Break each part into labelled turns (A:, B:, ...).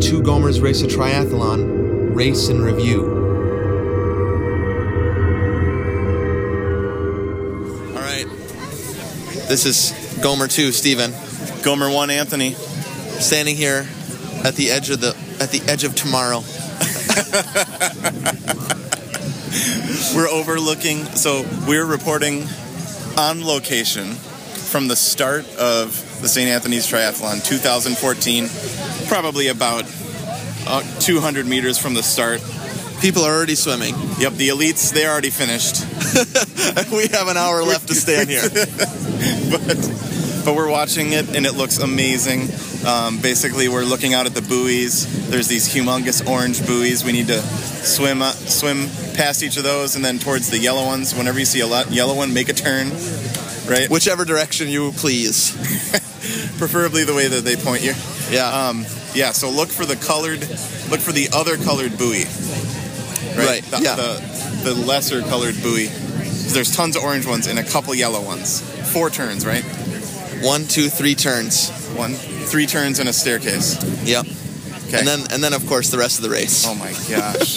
A: Two Gomers Race a Triathlon, Race and Review. All right. This is Gomer 2, Steven.
B: Gomer one Anthony.
A: standing here at the edge of the at the edge of tomorrow.
B: We're overlooking, so we're reporting on location from the start of the St. Anthony's Triathlon 2014, probably about uh, 200 meters from the start.
A: People are already swimming.
B: Yep, the elites, they already finished,
A: we have an hour left to stand here.
B: but we're watching it and it looks amazing. Um, basically, we're looking out at the buoys. There's these humongous orange buoys. We need to swim uh, swim past each of those and then towards the yellow ones. Whenever you see a lo- yellow one, make a turn, right?
A: Whichever direction you please.
B: preferably the way that they point you.
A: Yeah.
B: Um, yeah. So look for the colored, look for the other colored buoy.
A: Right,
B: The,
A: yeah.
B: The, the lesser colored buoy. There's tons of orange ones and a couple yellow ones. Four turns, right?
A: One, two, three turns.
B: One, three turns and a staircase.
A: Yep.
B: Okay.
A: And then and then of course the rest of the race.
B: Oh my gosh.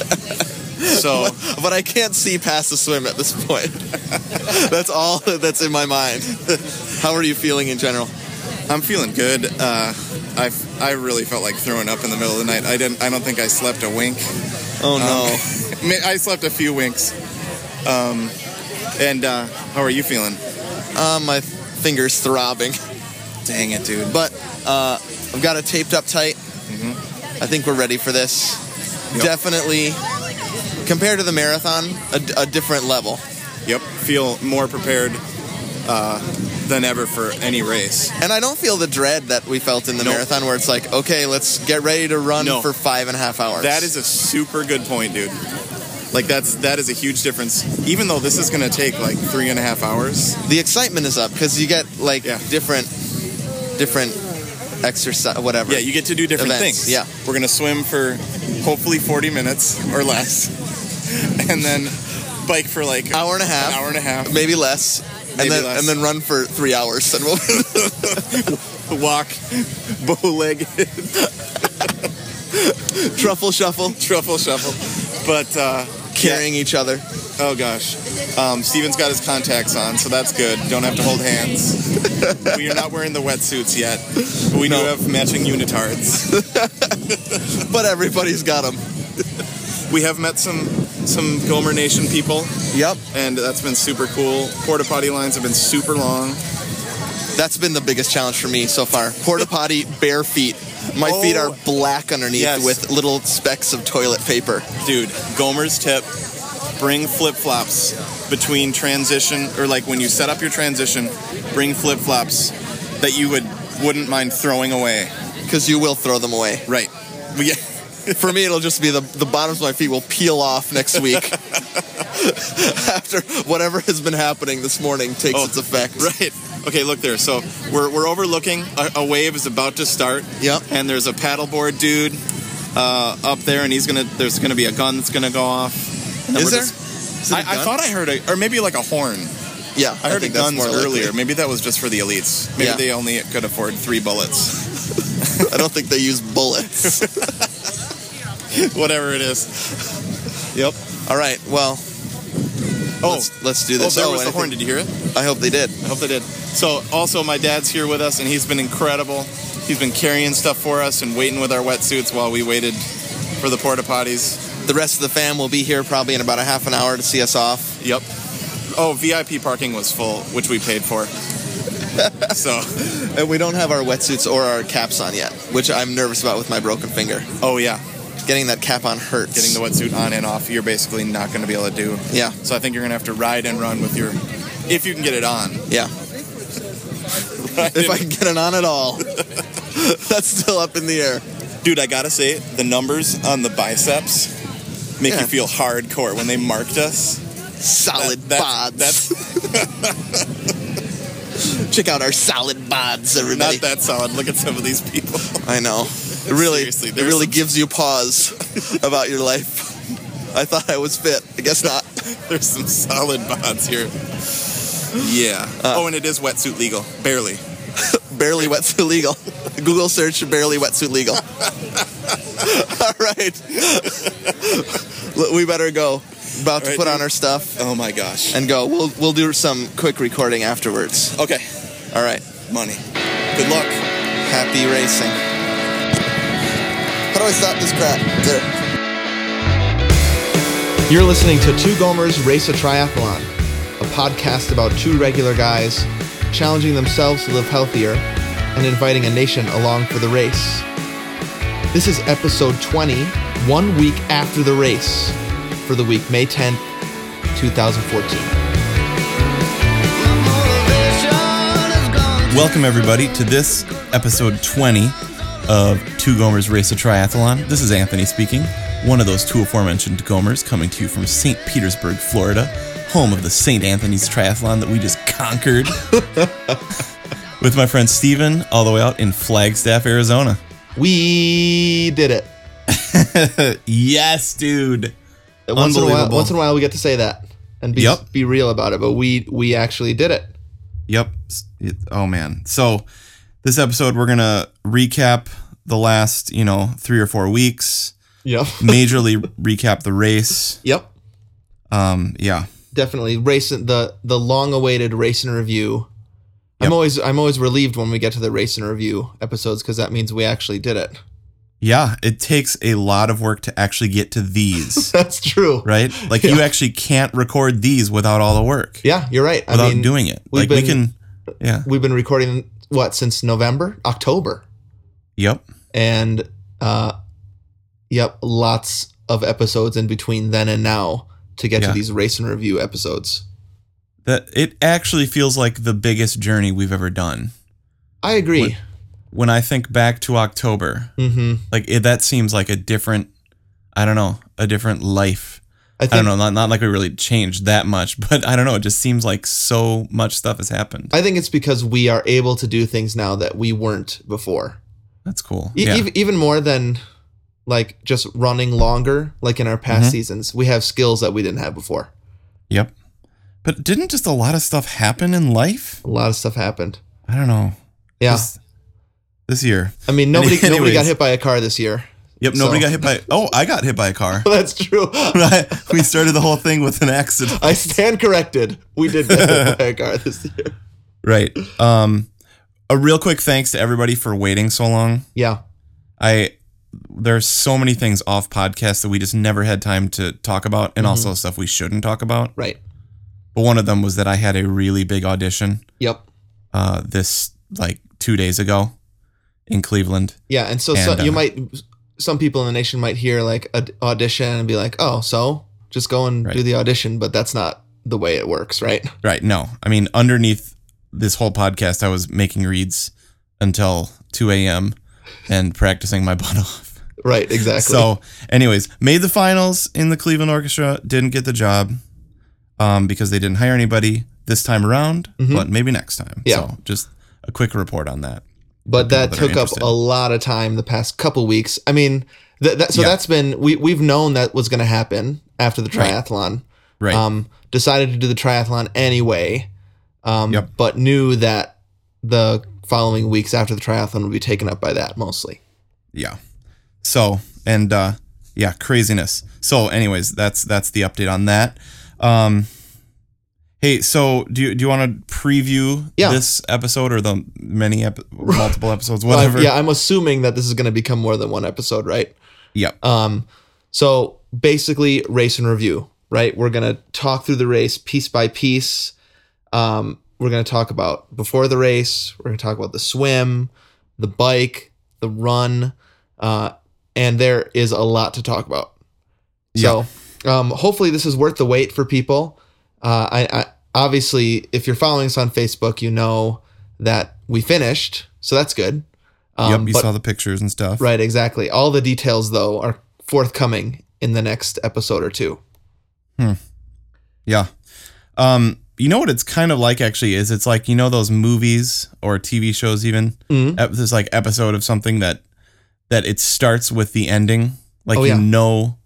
B: so
A: But I can't see past the swim at this point. that's all that's in my mind. How are you feeling in general?
B: I'm feeling good. Uh, I I really felt like throwing up in the middle of the night. I didn't. I don't think I slept a wink.
A: Oh no.
B: I mean, I slept a few winks. Um, and uh, how are you feeling?
A: Uh, my fingers throbbing.
B: Dang it, dude.
A: But uh, I've got it taped up tight. I think we're ready for this.
B: Mm-hmm. Yep.
A: Definitely, compared to the marathon, a, a different level.
B: Yep, feel more prepared uh, than ever for any race.
A: And I don't feel the dread that we felt in the
B: Nope.
A: marathon, where it's like, okay, let's get ready to run
B: No.
A: for five and a half hours.
B: That is a super good point, dude. Like that's that is a huge difference. Even though this is gonna take like three and a half hours,
A: the excitement is up because you get like
B: Yeah.
A: different, different exercise, whatever.
B: yeah, you get to do different
A: Events,
B: things.
A: yeah.
B: we're gonna swim for hopefully 40 minutes or less, and then bike for like
A: hour and a half,
B: an hour and a half,
A: maybe less,
B: Maybe
A: and then
B: less.
A: and then run for three hours. And we'll,
B: walk, bow leg,
A: truffle shuffle,
B: truffle shuffle. But uh, yeah,
A: carrying each other.
B: Oh gosh. Um, Steven's got his contacts on, so that's good. Don't have to hold hands. we are not wearing the wetsuits yet. but We
A: No.
B: do have matching unitards.
A: But everybody's got them.
B: we have met some some Gomer Nation people,
A: Yep.
B: and that's been super cool. Porta potty lines have been super long.
A: That's been the biggest challenge for me so far. Porta potty, bare feet. My feet
B: Oh.
A: are black underneath
B: Yes.
A: with little specks of toilet paper.
B: Dude, Gomer's tip: bring flip flops between transition, or like when you set up your transition, bring flip flops that you would wouldn't mind throwing away.
A: Because you will throw them away.
B: Right. We,
A: For me, it'll just be the, the bottoms of my feet will peel off next week. After whatever has been happening this morning takes
B: Oh,
A: its effect.
B: Right. Okay, look there. So we're, we're overlooking. A, a wave is about to start.
A: Yep.
B: And there's a paddleboard dude uh, up there, and he's gonna. There's gonna be a gun that's gonna go off. And then
A: Is
B: we're
A: there?
B: just-
A: Is it a
B: I, I
A: gun?
B: thought I heard a, or maybe like a horn.
A: yeah,
B: I heard a
A: think that's
B: guns
A: more likely.
B: earlier. Maybe that was just for the elites. Maybe
A: Yeah.
B: they only could afford three bullets.
A: I don't think they use bullets.
B: Whatever it is. Yep.
A: All right, well,
B: Oh,
A: let's, let's do
B: oh
A: this.
B: there was
A: and
B: the
A: I
B: horn.
A: think-
B: Did you hear it?
A: I hope they did.
B: I hope they did. So, also, my dad's here with us, and he's been incredible. He's been carrying stuff for us and waiting with our wetsuits while we waited for the porta potties.
A: The rest of the fam will be here probably in about a half an hour to see us off.
B: Yep. Oh, VIP parking was full, which we paid for. so,
A: And we don't have our wetsuits or our caps on yet, which I'm nervous about with my broken finger.
B: oh yeah,
A: Getting that cap on hurts.
B: getting the wetsuit on and off, you're basically not going to be able to do.
A: yeah,
B: So, I think you're going to have to ride and run with your, if you can get it on.
A: yeah. If I can get it on at all, that's still up in the air.
B: Dude, I gotta say, the numbers on the biceps make
A: Yeah.
B: you feel hardcore when they marked us.
A: Solid
B: That- that's-
A: bods. Check out our solid bods,
B: Not
A: everybody.
B: that solid. Look at some of these people.
A: I know. It really,
B: Seriously,
A: it
B: there's
A: really
B: some-
A: gives you pause about your life. I thought I was fit. I guess not.
B: There's some
A: Uh.
B: solid bods here. Yeah. oh, and it is wetsuit legal. Barely.
A: barely wetsuit legal. Google search barely wetsuit legal. All right. L- we better go. About to
B: All right,
A: put on
B: dude.
A: our stuff
B: Oh my gosh.
A: and go. We'll we'll do some quick recording afterwards.
B: Okay,
A: All right.
B: money. Good luck.
A: Happy racing. How do I stop this crap? There.
C: You're listening to Two Gomers Race a Triathlon, a podcast about two regular guys challenging themselves to live healthier and inviting a nation along for the race. This is episode 20, one week after the race, for the week May 10th, 2014.
B: Welcome, everybody, to this episode 20 of Two Gomers Race a Triathlon. This is Anthony speaking, one of those two aforementioned Gomers coming to you from St. Petersburg, Florida, home of the St. Anthony's Triathlon that we just conquered with my friend Steven, all the way out in Flagstaff, Arizona.
C: We did it.
B: yes, dude.
C: Once in a while,
B: Unbelievable.
C: once in a while we get to say that and be,
B: Yep.
C: be real about it, but we we actually did it.
B: Yep. S- it- oh man. So this episode we're gonna recap the last, you know, three or four weeks.
C: Yep.
B: Majorly recap the race.
C: Yep.
B: Um, yeah.
C: definitely race the the long awaited race and review.
B: Yep.
C: I'm always I'm always relieved when we get to the race and review episodes because that means we actually did it.
B: Yeah. It takes a lot of work to actually get to these,
C: That's true.
B: right? Like you actually can't record these without all the work.
C: Yeah, you're right.
B: Without
C: I mean,
B: doing it.
C: we've
B: Like we
C: been-
B: can Yeah.
C: we've been recording what since November, October,
B: Yep.
C: and uh, yep, lots of episodes in between then and now to get
B: Yeah.
C: to these race and review episodes.
B: That it actually feels like the biggest journey we've ever done.
C: I agree.
B: When I think back to October,
C: hmm
B: like it, that seems like a different i don't know a different life
C: I think
B: i don't know not, not like we really changed that much but i don't know it just seems like so much stuff has happened
C: I think it's because we are able to do things now that we weren't before.
B: that's cool
C: E-
B: yeah
C: ev- even more than like just running longer like in our past
B: Mhm.
C: seasons we have skills that we didn't have before
B: yep but didn't just a lot of stuff happen in life
C: a lot of stuff happened
B: i don't know
C: yeah
B: this, this year
C: i mean nobody nobody got
B: anyways.
C: hit by a car this year
B: yep nobody
C: So-
B: got hit by oh i got hit by a car
C: that's true
B: we started the whole thing with an accident
C: i stand corrected we did get hit by a car this year
B: right um a real quick thanks to everybody for waiting so long
C: yeah
B: I there's so many things off podcast that we just never had time to talk about and
C: Mm-hmm.
B: also stuff we shouldn't talk about.
C: right
B: But one of them was that I had a really big audition
C: yep
B: uh this like 2 days ago in Cleveland.
C: yeah and so,
B: And,
C: so
B: uh,
C: you might some people in the nation might hear like an audition and be like oh so just go and
B: Right.
C: do the audition but that's not the way it works right
B: Right, no. I mean, underneath this whole podcast I was making reads until 2 a.m. and practicing my butt off.
C: right exactly
B: So, anyways, made the finals in the Cleveland Orchestra. Didn't get the job um, because they didn't hire anybody this time around,
C: Mhm.
B: but maybe next time.
C: Yeah.
B: So, just a quick report on that.
C: but
B: people
C: that
B: that are
C: took up
B: interested.
C: a lot of time the past couple weeks. I mean, that, that so
B: Yeah.
C: that's been we we've known that was going to happen after the
B: Right.
C: triathlon.
B: Right.
C: Um, decided to do the triathlon anyway. Um,
B: Yep.
C: but knew that the following weeks after the triathlon would be taken up by that mostly.
B: yeah. So, and uh, yeah, craziness. So, anyways, that's that's the update on that. Um, hey, so do you, do you want to preview
C: Yeah.
B: this episode or the many ep- multiple episodes, whatever?
C: But, yeah, I'm assuming that this is going to become more than one episode, right?
B: Yep.
C: Um, so basically, race and review, right? We're gonna talk through the race piece by piece. Um, we're gonna talk about before the race. We're gonna talk about the swim, the bike, the run, uh, and there is a lot to talk about. So um, hopefully, this is worth the wait for people. Uh, I, I obviously, if you're following us on Facebook, you know that we finished, so that's good.
B: yep. You
C: um, but-
B: saw the pictures and stuff.
C: Right, exactly. All the details, though, are forthcoming in the next episode or two.
B: Yeah. Um, you know what it's kind of like actually is it's like you know those movies or TV shows even
C: Mhm.
B: ep- this like episode of something that that it starts with the ending like
C: Oh,
B: you
C: yeah.
B: know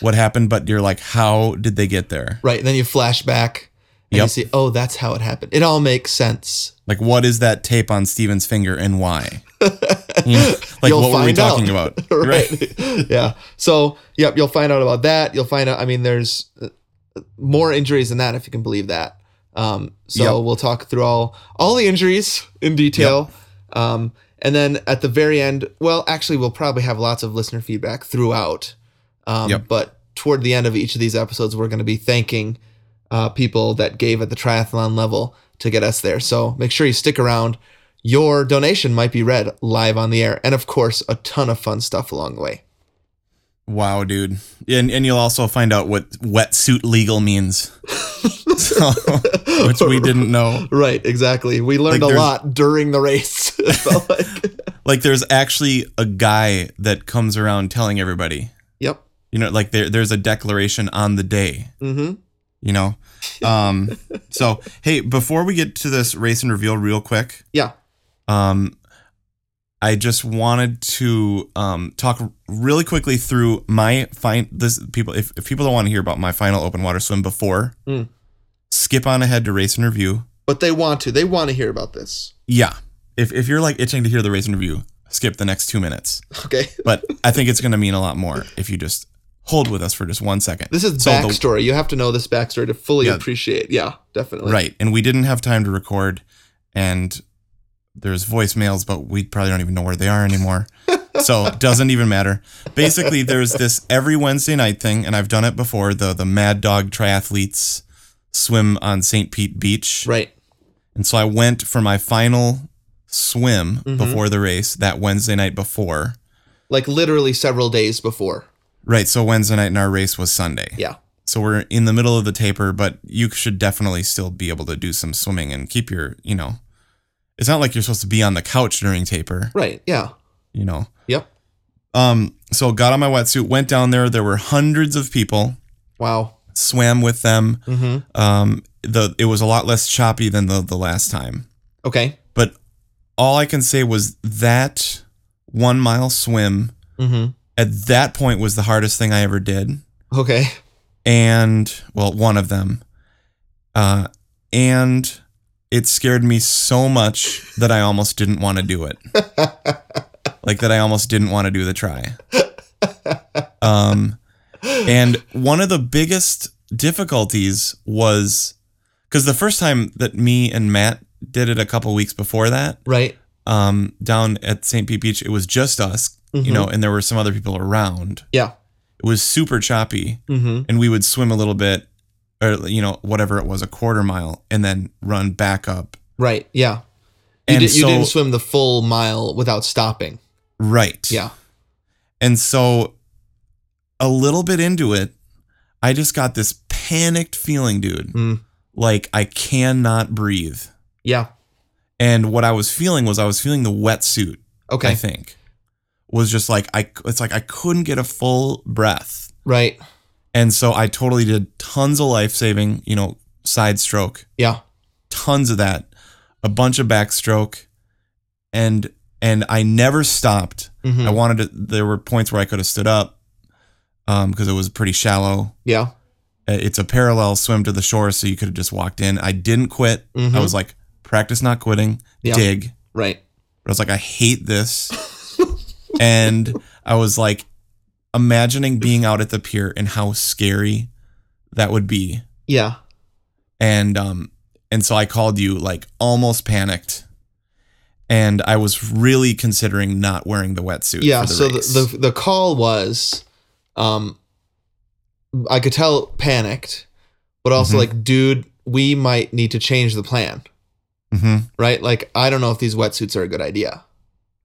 B: what happened but you're like how did they get there
C: Right, then you flash back, And you
B: Yep.
C: see, oh, that's how it happened. It all makes sense.
B: Like, what is that tape on Steven's finger and why? You know, like,
C: You'll
B: what were we
C: find
B: talking
C: out.
B: about?
C: right. yeah. So, yep, you'll find out about that. You'll find out. I mean, there's uh, more injuries than that, if you can believe that. Um, so
B: Yep.
C: we'll talk through all all the injuries in detail. Um, and then at the very end, well, actually, we'll probably have lots of listener feedback throughout. Um,
B: Yep.
C: But toward the end of each of these episodes, we're going to be thanking uh, people that gave at the triathlon level to get us there. So make sure you stick around. Your donation might be read live on the air. And of course, a ton of fun stuff along the way.
B: Wow, dude. And and you'll also find out what wetsuit legal means. So, which we didn't know.
C: Right, exactly. We learned
B: Like,
C: a
B: there's-
C: lot during the race. It felt like.
B: Like there's actually a guy that comes around telling everybody.
C: Yep.
B: You know, like there there's a declaration on the day,
C: Mm-hmm.
B: you know. Um so, hey, before we get to this race and reveal real quick,
C: Yeah.
B: um I just wanted to um talk really quickly through my fine this people if, if people don't want to hear about my final open water swim before,
C: Mm.
B: skip on ahead to race and review.
C: But they want to. They want to hear about this.
B: Yeah. If, if you're like itching to hear the race interview, skip the next two minutes.
C: Okay.
B: But I think it's going to mean a lot more if you just hold with us for just one second.
C: This is
B: So the-
C: backstory. you have to know this backstory to fully
B: Yeah.
C: appreciate. Yeah, definitely.
B: right. And we didn't have time to record, and there's voicemails, but we probably don't even know where they are anymore. so it doesn't even matter. Basically, there's this every Wednesday night thing, and I've done it before. The the Mad Dog triathletes swim on St. Pete Beach.
C: Right.
B: And so I went for my final swim
C: Mhm.
B: before the race that Wednesday night before.
C: Like literally several days before.
B: Right. So Wednesday night and our race was Sunday.
C: Yeah.
B: So we're in the middle of the taper, but you should definitely still be able to do some swimming and keep your, you know, it's not like you're supposed to be on the couch during taper,
C: Right. Yeah.
B: you know.
C: Yep.
B: Um, so got on my wetsuit, went down there. There were hundreds of people,
C: Wow.
B: swam with them.
C: Mm-hmm.
B: Um, the it was a lot less choppy than the the last time.
C: Okay.
B: But all I can say was that one mile swim
C: Mm-hmm.
B: at that point was the hardest thing I ever did.
C: Okay.
B: and well, one of them. Uh, and it scared me so much that I almost didn't want to do it. like that I almost didn't want to do the try. Um, and one of the biggest difficulties was because the first time that me and Matt did it a couple weeks before that,
C: Right.
B: um, down at St. Pete Beach, it was just us, you
C: Mhm.
B: know, and there were some other people around.
C: Yeah.
B: It was super choppy
C: Mm-hmm.
B: and we would swim a little bit or you know whatever it was a quarter mile and then run back up
C: Right. Yeah. You,
B: and
C: did, you
B: so-
C: didn't swim the full mile without stopping.
B: right
C: Yeah.
B: and so a little bit into it i just got this panicked feeling dude
C: Mm.
B: like i cannot breathe
C: Yeah.
B: and what i was feeling was i was feeling the wetsuit i
C: Okay.
B: think was just like i it's like i couldn't get a full breath
C: Right.
B: and so i totally did tons of life saving you know side stroke
C: Yeah.
B: tons of that, a bunch of backstroke, and and I never stopped.
C: Mm-hmm.
B: I wanted to. There were points where I could have stood up because it was pretty shallow.
C: yeah.
B: Uh, It's a parallel swim to the shore, so you could have just walked in. I didn't quit.
C: Mhm.
B: I was like, practice not quitting.
C: Yeah.
B: Dig.
C: Right.
B: But I was like, I hate this. and I was like, imagining being out at the pier and how scary that would be.
C: Yeah.
B: and um and so I called you like almost panicked, and I was really considering not wearing the wetsuit.
C: Yeah.
B: for the
C: so
B: race.
C: the, the the call was, um, I could tell panicked, but also
B: Mhm.
C: like, dude, we might need to change the plan.
B: Mhm,
C: Right. Like, I don't know if these wetsuits are a good idea.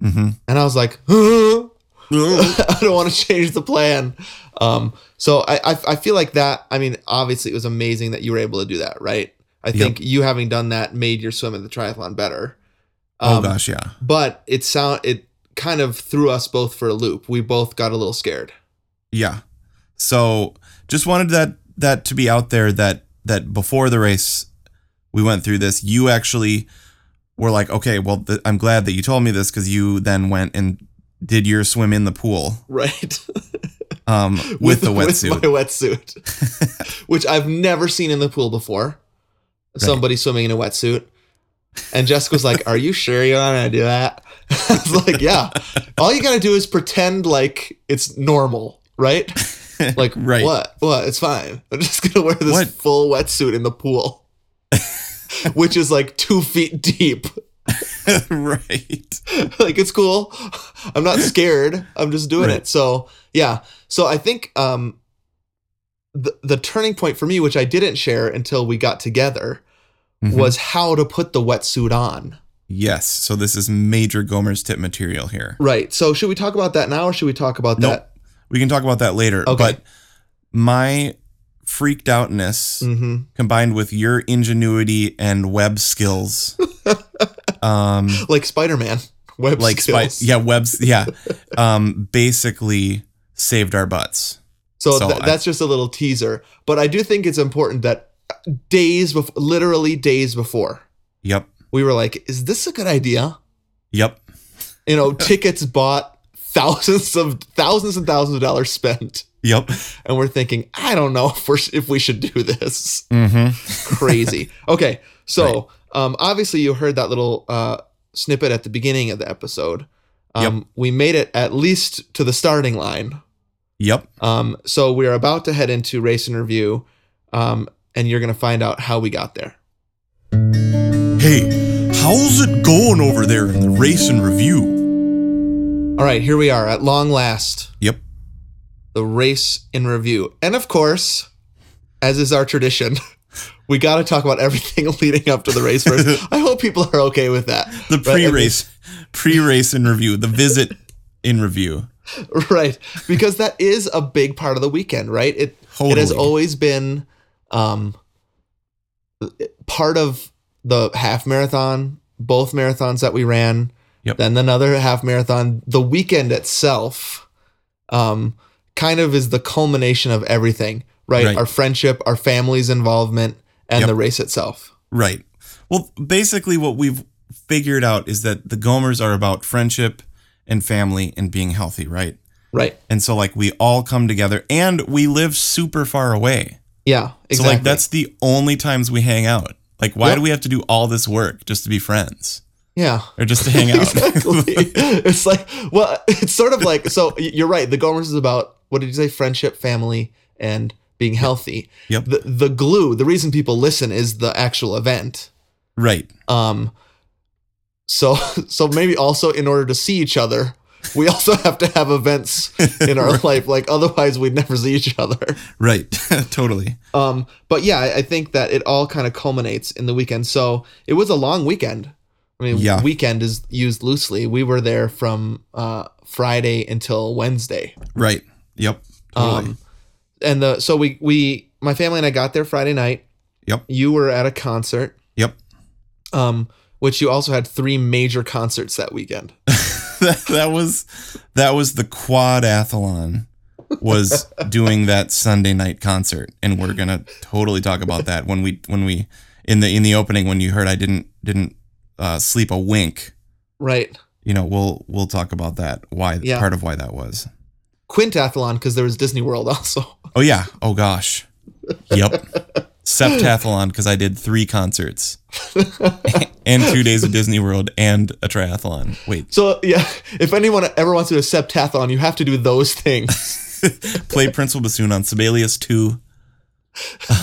B: mhm.
C: And I was like, I don't want to change the plan. Um, so I, I I feel like that. I mean, obviously, it was amazing that you were able to do that, right? I think you having done that made your swim at the triathlon better.
B: oh
C: Um,
B: gosh, yeah,
C: But it sound it kind of threw us both for a loop. We both got a little scared.
B: yeah. So just wanted that that to be out there that that before the race we went through this. You actually were like, okay, well, th- I'm glad that you told me this because you then went and did your swim in the pool
C: Right.
B: um, with, the wetsuit.
C: With my wetsuit. which I've never seen in the pool before. somebody swimming in a wetsuit. And Jessica's like, "Are you sure you want to do that?" I was like, "Yeah. All you gotta do is pretend like it's normal, right? Like,
B: Right.
C: What? What? It's fine. I'm just gonna wear this
B: What?
C: full wetsuit in the pool, which is like two feet deep.
B: right.
C: like it's cool. I'm not scared. I'm just doing
B: Right.
C: it. So yeah. So I think um, the the turning point for me, which I didn't share until we got together,
B: Mhm.
C: was how to put the wetsuit on.
B: Yes. So this is major Gomer's tip material here.
C: Right. So should we talk about that now, or should we talk about
B: Nope.
C: that?
B: We can talk about that later.
C: Okay.
B: But my freaked outness
C: Mm-hmm.
B: combined with your ingenuity and web skills, um,
C: Like Spider Man web
B: like spi-
C: skills.
B: yeah, webs, yeah, um, basically saved our butts.
C: So,
B: So
C: tha-
B: I-
C: that's just a little teaser, but I do think it's important that days before, literally days before,
B: Yep.
C: we were like, "Is this a good idea?"
B: Yep.
C: you know, tickets bought, thousands of thousands and thousands of dollars spent,
B: Yep.
C: and we're thinking, I don't know if we're if we should do this.
B: hmm
C: Crazy. okay, so um, obviously you heard that little uh, snippet at the beginning of the episode. Um, We made it at least to the starting line.
B: Yep.
C: Um, so we are about to head into race interview, um, and you're going to find out how we got there.
B: Hey, how's it going over there in the race and review?
C: All right, here we are at long last.
B: Yep.
C: the race in review. And of course, as is our tradition, we got to talk about everything leading up to the race first. I hope people are okay with that.
B: The
C: Right, I mean-
B: pre-race, pre-race in review, the visit in review.
C: Right. Because that is a big part of the weekend, right? It it has
B: Totally.
C: always been um part of the half marathon, both marathons that we ran,
B: Yep.
C: then another half marathon. The weekend itself um kind of is the culmination of everything, right?
B: Right.
C: Our friendship, our family's involvement, and
B: Yep.
C: the race itself.
B: Right. Well, basically, what we've figured out is that the Gomers are about friendship and family and being healthy, right?
C: Right.
B: And so, like, we all come together and we live super far away.
C: Yeah. Exactly.
B: So, like, that's the only times we hang out. Like, why
C: Yep.
B: do we have to do all this work just to be friends
C: yeah.
B: or just to hang out?
C: exactly. it's like, well, it's sort of like, so y- you're right. The Gomers is about, what did you say? Friendship, family, and being healthy.
B: Yep.
C: The, the glue, the reason people listen is the actual event.
B: right.
C: Um, so, so maybe also in order to see each other, we also have to have events in our life. Like otherwise we'd never see each other.
B: Right. totally.
C: Um, but yeah, I, I think that it all kind of culminates in the weekend. So it was a long weekend. I mean,
B: Yeah.
C: weekend is used loosely. We were there from uh, Friday until Wednesday.
B: Right. Yep. Totally.
C: Um, and the so we we my family and I got there Friday night.
B: Yep.
C: You were at a concert.
B: Yep.
C: Um, which you also had three major concerts that weekend.
B: that, that was that was the quadathlon was doing that Sunday night concert and we're going to totally talk about that when we when we in the in the opening when you heard I didn't didn't uh, sleep a wink
C: Right.
B: you know we'll we'll talk about that why
C: Yeah.
B: part of why that was
C: Quintathlon because there was Disney World also.
B: oh yeah oh gosh yep septathlon because I did three concerts and two days of Disney World and a triathlon wait
C: So yeah, if anyone ever wants to do a septathlon, you have to do those things.
B: play Principal Bassoon on Sibelius 2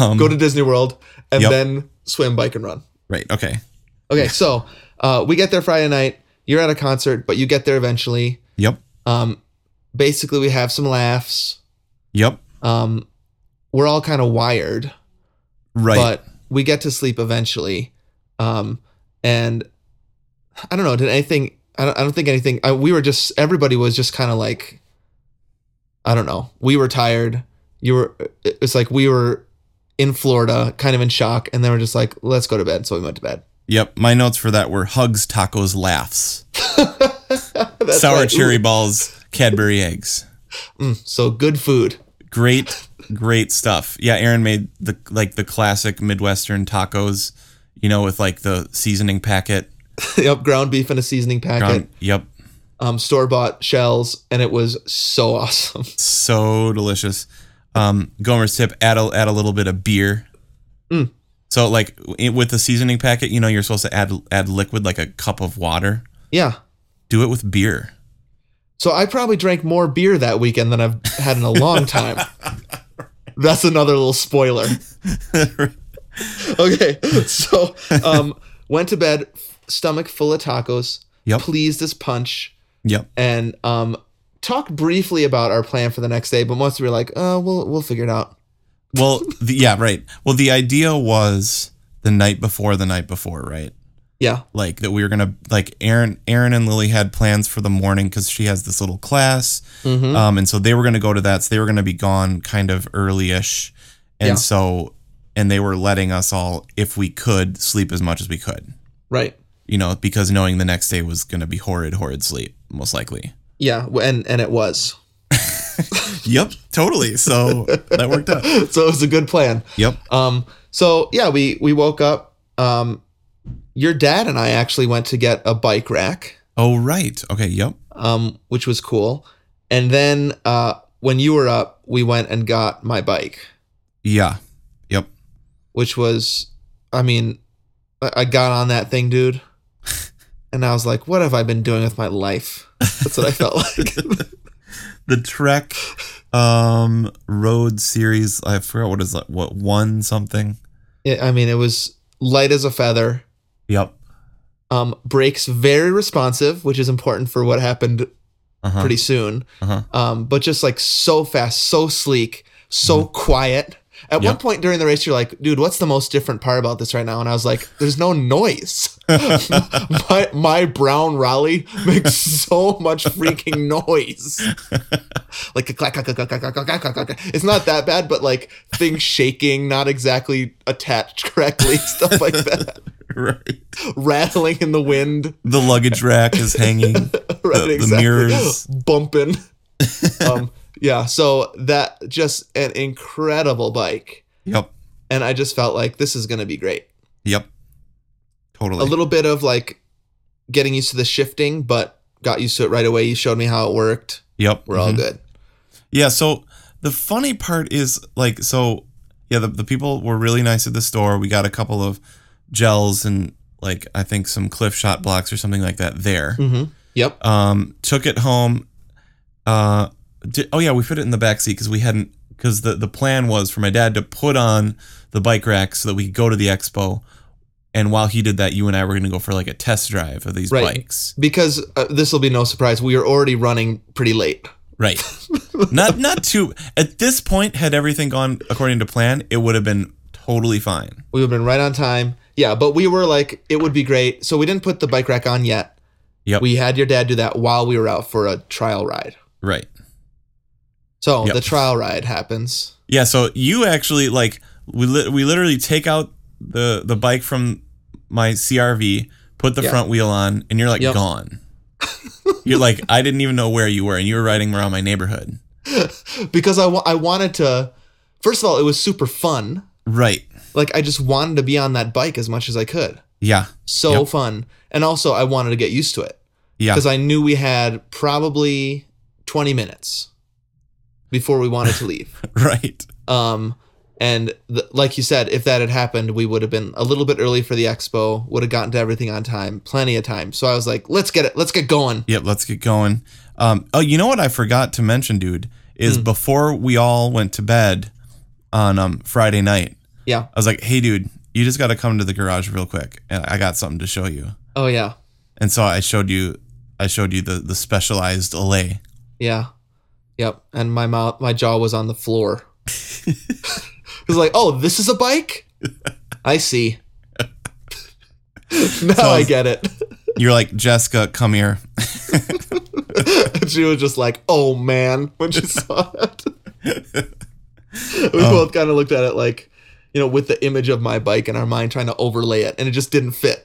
B: um,
C: Go to Disney World and
B: Yep.
C: then swim, bike, and run.
B: right okay
C: Okay, so uh, we get there Friday night. You're at a concert, but you get there eventually.
B: Yep.
C: Um, basically, we have some laughs.
B: Yep.
C: Um, we're all kind of wired,
B: Right.
C: but we get to sleep eventually. Um, and I don't know. Did anything? I don't. I don't think anything. I, we were just. Everybody was just kind of like. I don't know. We were tired. You were. it- It's like we were in Florida, kind of in shock, and then we're just like, let's go to bed. So we went to bed.
B: yep. My notes for that were hugs, tacos, laughs,
C: That's
B: sour
C: right. Ooh,
B: cherry balls, Cadbury eggs.
C: So good food.
B: Great, great stuff. Yeah, Aaron made the like the classic Midwestern tacos, you know, with like the seasoning packet.
C: yep, ground beef in a seasoning packet,
B: Um, yep.
C: um, store bought shells, and it was so awesome. Mm.
B: So delicious. Um, Gomer's tip, add a add a little bit of beer. So like it, with the seasoning packet, you know, you're supposed to add add liquid like a cup of water.
C: Yeah.
B: Do it with beer.
C: So I probably drank more beer that weekend than I've had in a long time. That's another little spoiler. okay, so um, went to bed, stomach full of tacos,
B: Yep.
C: pleased as punch,
B: Yep.
C: and um, talked briefly about our plan for the next day. But mostly we were like, "Oh, we'll we'll figure it out."
B: Well, the, yeah, right. Well, the idea was the night before the night before, right?
C: Yeah,
B: like that we were gonna like Aaron Aaron and Lily had plans for the morning because she has this little class
C: Mm-hmm.
B: um and so they were gonna go to that so they were gonna be gone kind of early-ish and
C: Yeah.
B: so and they were letting us all if we could sleep as much as we could
C: right.
B: you know because knowing the next day was gonna be horrid horrid sleep most likely
C: Yeah, w- and and it was.
B: yep totally so that worked out
C: So it was a good plan.
B: yep
C: Um, so yeah, we we woke up. Um, your dad and I actually went to get a bike rack.
B: oh right okay yep
C: um, which was cool. And then uh, when you were up, we went and got my bike,
B: yeah yep
C: which was, I mean, I I got on that thing, dude. And I was like, what have I been doing with my life? That's what I felt like.
B: the Trek um road series. I forgot what is that. What one something?
C: Yeah, I mean, it was light as a feather.
B: Yep.
C: Um, brakes very responsive, which is important for what happened
B: Uh-huh.
C: pretty soon.
B: Uh-huh.
C: Um, but just like so fast, so sleek, so quiet. At one
B: Mm-hmm. Yep.
C: point during the race, you're like, dude, what's the most different part about this right now? And I was like, there's no noise. my, my brown Raleigh makes so much freaking noise. Like a clack, clack, clack, clack, clack, clack, clack, clack, clack, clack. It's not that bad, but like things shaking, not exactly attached correctly, stuff like that.
B: right.
C: Rattling in the wind.
B: The luggage rack is hanging.
C: right,
B: the
C: exactly.
B: mirrors.
C: bumping. um, yeah, so that just an incredible bike,
B: yep.
C: and I just felt like this is gonna be great.
B: Yep. Totally.
C: A little bit of like getting used to the shifting, but got used to it right away. You showed me how it worked.
B: Yep.
C: We're
B: Mhm.
C: all good.
B: Yeah. So the funny part is like so. Yeah. The, the people were really nice at the store. We got a couple of gels and like I think some Cliff Shot blocks or something like that there.
C: Mm-hmm. Yep.
B: um, took it home. Uh, di- oh yeah, we put it in the back seat because we hadn't because the the plan was for my dad to put on the bike rack so that we could go to the expo. And while he did that, you and I were going to go for like a test drive of these
C: Right.
B: bikes,
C: Because uh, this will be no surprise. We are already running pretty late.
B: right? not not too. At this point, had everything gone according to plan, it would have been totally fine.
C: We would have been right on time. Yeah, but we were like, it would be great. So we didn't put the bike rack on yet.
B: Yep.
C: We had your dad do that while we were out for a trial ride.
B: Right.
C: So
B: Yep.
C: the trial ride happens.
B: Yeah, so you actually like we li- we literally take out the the bike from my CRV, put the
C: Yeah.
B: front wheel on, and you're like
C: Yep.
B: gone. you're like I didn't even know where you were, and you were riding around my neighborhood.
C: because I wa- I wanted to. First of all, it was super fun.
B: Right.
C: Like I just wanted to be on that bike as much as I could.
B: Yeah.
C: So
B: Yep.
C: fun, and also I wanted to get used to it
B: Yeah.
C: because I knew we had probably 20 minutes before we wanted to leave.
B: Right.
C: um, and th- like you said, if that had happened, we would have been a little bit early for the expo. Would have gotten to everything on time, plenty of time. So I was like, let's get it, let's get going.
B: Yep. Let's get going. Um. Oh, you know what I forgot to mention, dude,
C: Hmm.
B: is before we all went to bed on um Friday night,
C: Yeah.
B: I was like, Hey, dude, you just got to come to the garage real quick, and I got something to show you.
C: Oh yeah.
B: And so I showed you, I showed you the the specialized Olay.
C: Yeah. Yep. And my mouth, my jaw was on the floor. it was like, oh, this is a bike. I see. now I get it.
B: You're like Jessica, come here.
C: she was just like, oh man, when she saw it. we
B: Oh.
C: both kind of looked at it like, you know, with the image of my bike in our mind, trying to overlay it, and it just didn't fit.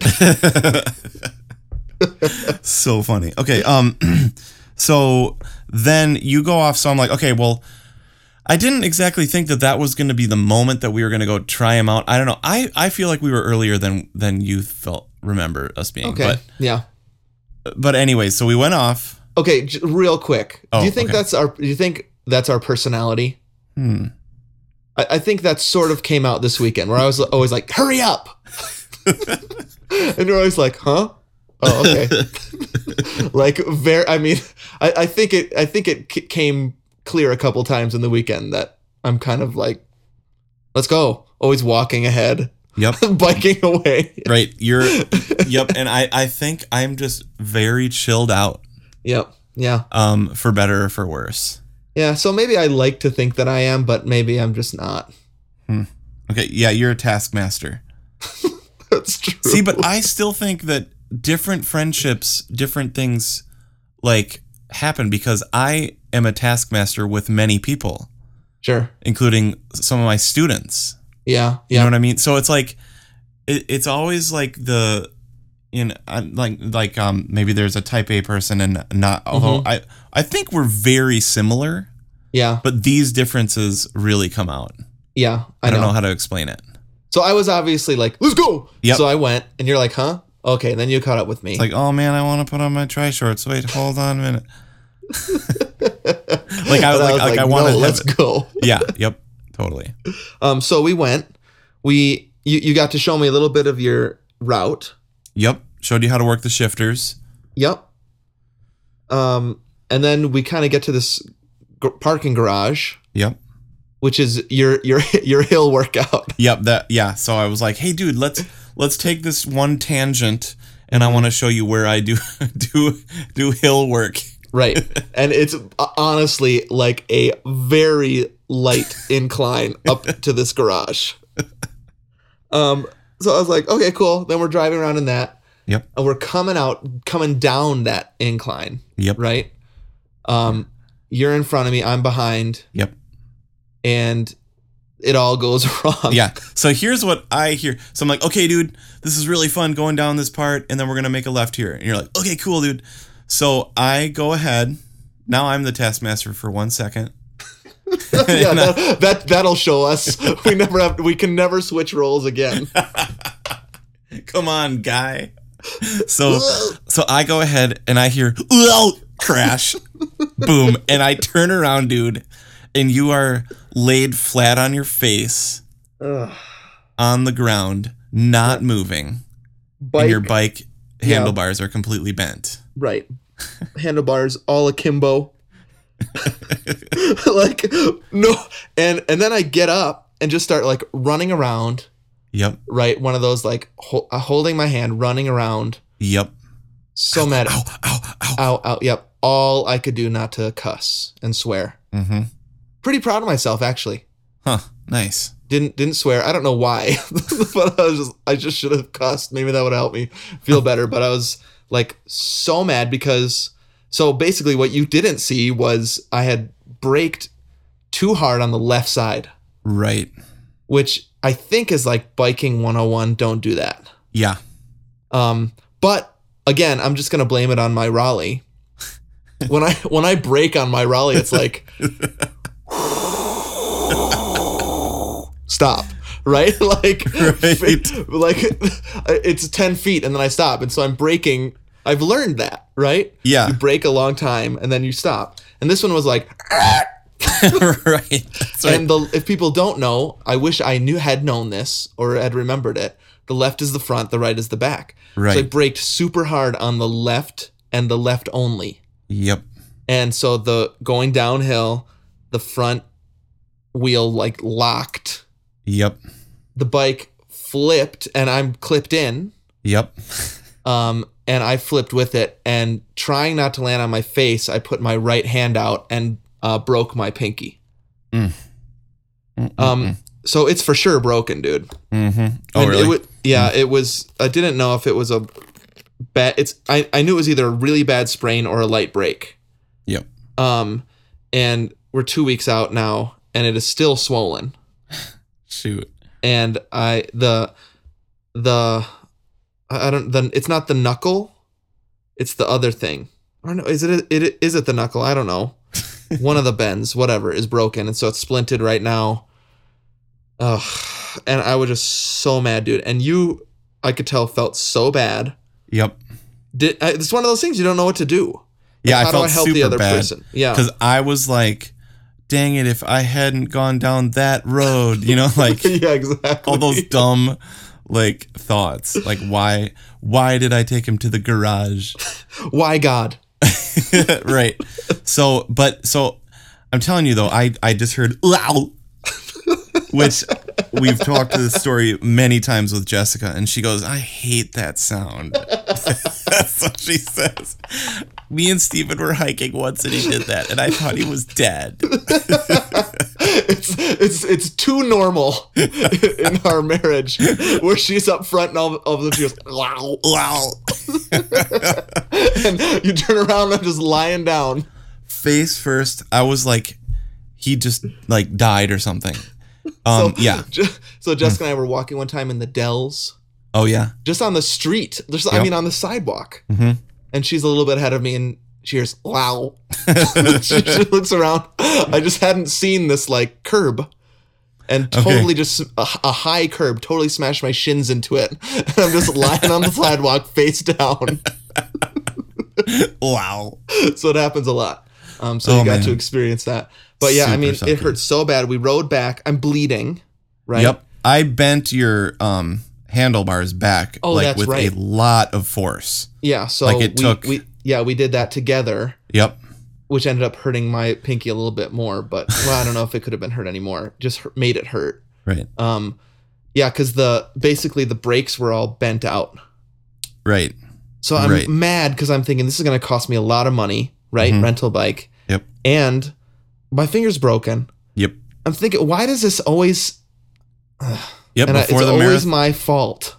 B: so funny. Okay, um, so then you go off. So I'm like, okay, well, I didn't exactly think that that was going to be the moment that we were going to go try him out. I don't know. I I feel like we were earlier than than you felt remember us being.
C: Okay. yeah.
B: But but anyway, so we went off.
C: Okay. J- real quick.
B: Oh,
C: do you think
B: okay.
C: that's our? Do you think that's our personality?
B: Hmm.
C: I, I think that sort of came out this weekend where I was always like, hurry up. and you're always like, huh? Oh, okay. like very, I mean, I, I think it, I think it c- came clear a couple times in the weekend that I'm kind of like, let's go. Always walking ahead,
B: Yep.
C: biking away.
B: Right. You're. yep. And I I think I'm just very chilled out.
C: Yep. Yeah.
B: Um, for better or for worse.
C: Yeah. So maybe I like to think that I am, but maybe I'm just not.
B: Okay. Yeah. You're a taskmaster.
C: That's true.
B: See, but I still think that different friendships, different things like happen because I am a taskmaster with many people,
C: sure.
B: including some of my students.
C: Yeah.
B: You
C: Yeah.
B: know what I mean? So it's like it, it's always like the you know I- like like um maybe there's a type A person and not
C: Mm-hmm.
B: although I I think we're very similar,
C: yeah.
B: but these differences really come out.
C: Yeah. I,
B: I don't
C: know.
B: know. how to explain it.
C: So I was obviously like, let's go.
B: Yep.
C: So I went, and you're like, huh? Okay. And then you caught up with me.
B: It's like, oh man, I want to put on my tri shorts. Wait, hold on a minute. like I
C: But
B: was like, like, I want to have
C: no, let's
B: it.
C: go.
B: Yeah, yep, totally.
C: Um, so we went. We you, you got to show me a little bit of your route.
B: Yep, showed you how to work the shifters.
C: Yep. Um, and then we kind of get to this g- parking garage,
B: Yep,
C: which is your your your hill workout.
B: yep. That yeah. So I was like, hey, dude, let's let's take this one tangent, and I want to show you where I do do do hill work.
C: Right. and it's uh, honestly like a very light incline up to this garage. Um, so I was like, okay, cool. Then we're driving around in that.
B: Yep.
C: And we're coming out, coming down that incline,
B: Yep,
C: right? Um, you're in front of me, I'm behind,
B: yep.
C: and it all goes wrong.
B: Yeah. So here's what I hear. So I'm like, okay, dude, this is really fun going down this part, and then we're gonna make a left here. And you're like, okay, cool, dude. So I go ahead. Now I'm the taskmaster for one second.
C: yeah,
B: And I-
C: that, that that'll show us. We never have we can never switch roles again.
B: Come on, guy. So so I go ahead and I hear "Whoa!" crash, boom, and I turn around, dude, and you are laid flat on your face
C: Ugh.
B: on the ground, not moving, and
C: Bike,
B: your bike
C: Yeah.
B: handlebars are completely bent.
C: right. Handlebars all akimbo. like no and and then I get up and just start like running around,
B: Yep,
C: right? One of those like ho- uh, holding my hand running around.
B: yep.
C: So mad.
B: Ow, ow, ow.
C: Ow, ow, yep. All I could do not to cuss and swear.
B: Mm-hmm.
C: Pretty proud of myself actually.
B: Huh. Nice.
C: didn't didn't swear. I don't know why, but I was just I just should have cussed. Maybe that would help me
B: Oh.
C: feel better. But I was like so mad because so basically what you didn't see was I had braked too hard on the left side,
B: Right.
C: which I think is like biking 101. Don't do that.
B: Yeah.
C: Um, but again, I'm just gonna blame it on my Raleigh. When I when I brake on my Raleigh, it's like stop, right? Like
B: Right.
C: like it's ten feet and then I stop, and so I'm braking. I've learned that, right?
B: Yeah.
C: You brake a long time and then you stop. And this one was like,
B: right. That's right.
C: and the if people don't know, I wish I knew had known this or had remembered it. The left is the front, the right is the back. So I
B: Right.
C: braked super hard on the left and the left only.
B: yep.
C: And so the going downhill, the front wheel like locked,
B: Yep.
C: the bike flipped and I'm clipped in.
B: Yep.
C: Um and I flipped with it and trying not to land on my face, I put my right hand out and uh, broke my pinky. Um so it's for sure broken, dude.
B: Mm-hmm. Oh,
C: And
B: really?
C: It wa- yeah, it was. I didn't know if it was a bad. It's. I, I knew it was either a really bad sprain or a light break.
B: Yep.
C: Um, and we're two weeks out now, and it is still swollen.
B: Shoot.
C: And I the the I I don't. Then it's not the knuckle. It's the other thing. Or no, is it? It is it the knuckle? I don't know. One of the bends, whatever, is broken, and so it's splinted right now. Ugh, and I was just so mad, dude. And you, I could tell, felt so bad.
B: Yep.
C: Did I, it's one of those things you don't know what to do.
B: Yeah,
C: How
B: I
C: do
B: felt
C: I help
B: super
C: the other
B: bad
C: person? Yeah,
B: because I was like, dang it, if I hadn't gone down that road, you know, like
C: yeah, exactly.
B: all those dumb like thoughts. Like why why did I take him to the garage?
C: Why God?
B: right. So, but so I'm telling you though, I I just heard wow, which we've talked to this story many times with Jessica, and she goes, "I hate that sound." That's what she says. Me and Steven were hiking once, and he did that, and I thought he was dead.
C: It's it's it's too normal in our marriage where she's up front and all all of a sudden she goes wow
B: Wow.
C: and you turn around and I'm just lying down.
B: Face first, I was like, he just like died or something. Um, yeah. Hmm.
C: Je- So Jessica and I were walking one time in the Dells,
B: Oh yeah.
C: just on the street. Just I
B: Yep.
C: mean on the sidewalk.
B: Mhm.
C: And she's a little bit ahead of me and she hears wow. she, she looks around. I just hadn't seen this like curb. And
B: Okay.
C: totally just a, a high curb, totally smashed my shins into it. And I'm just lying on the sidewalk face down.
B: Wow.
C: so it happens a lot. Um, so
B: Oh,
C: you got
B: man.
C: to experience that. But yeah, I
B: Super
C: mean,
B: sucky.
C: it hurts so bad. We rode back. I'm bleeding, right?
B: Yep. I bent your um handlebars back
C: Oh,
B: like
C: that's
B: with
C: right.
B: a lot of force.
C: Yeah. So
B: Like it
C: we,
B: took-
C: we, yeah, we did that together,
B: Yep.
C: which ended up hurting my pinky a little bit more. But well, I don't know if it could have been hurt anymore. Just hurt, made it hurt.
B: Right.
C: Um, yeah, because the basically the brakes were all bent out.
B: Right.
C: So I'm
B: Right.
C: mad because I'm thinking this is going to cost me a lot of money, right?
B: Mhm.
C: Rental bike.
B: Yep.
C: And my finger's broken.
B: Yep.
C: I'm thinking, why does this always
B: Yep.
C: and I, it's
B: before the
C: always
B: marathon,
C: my fault.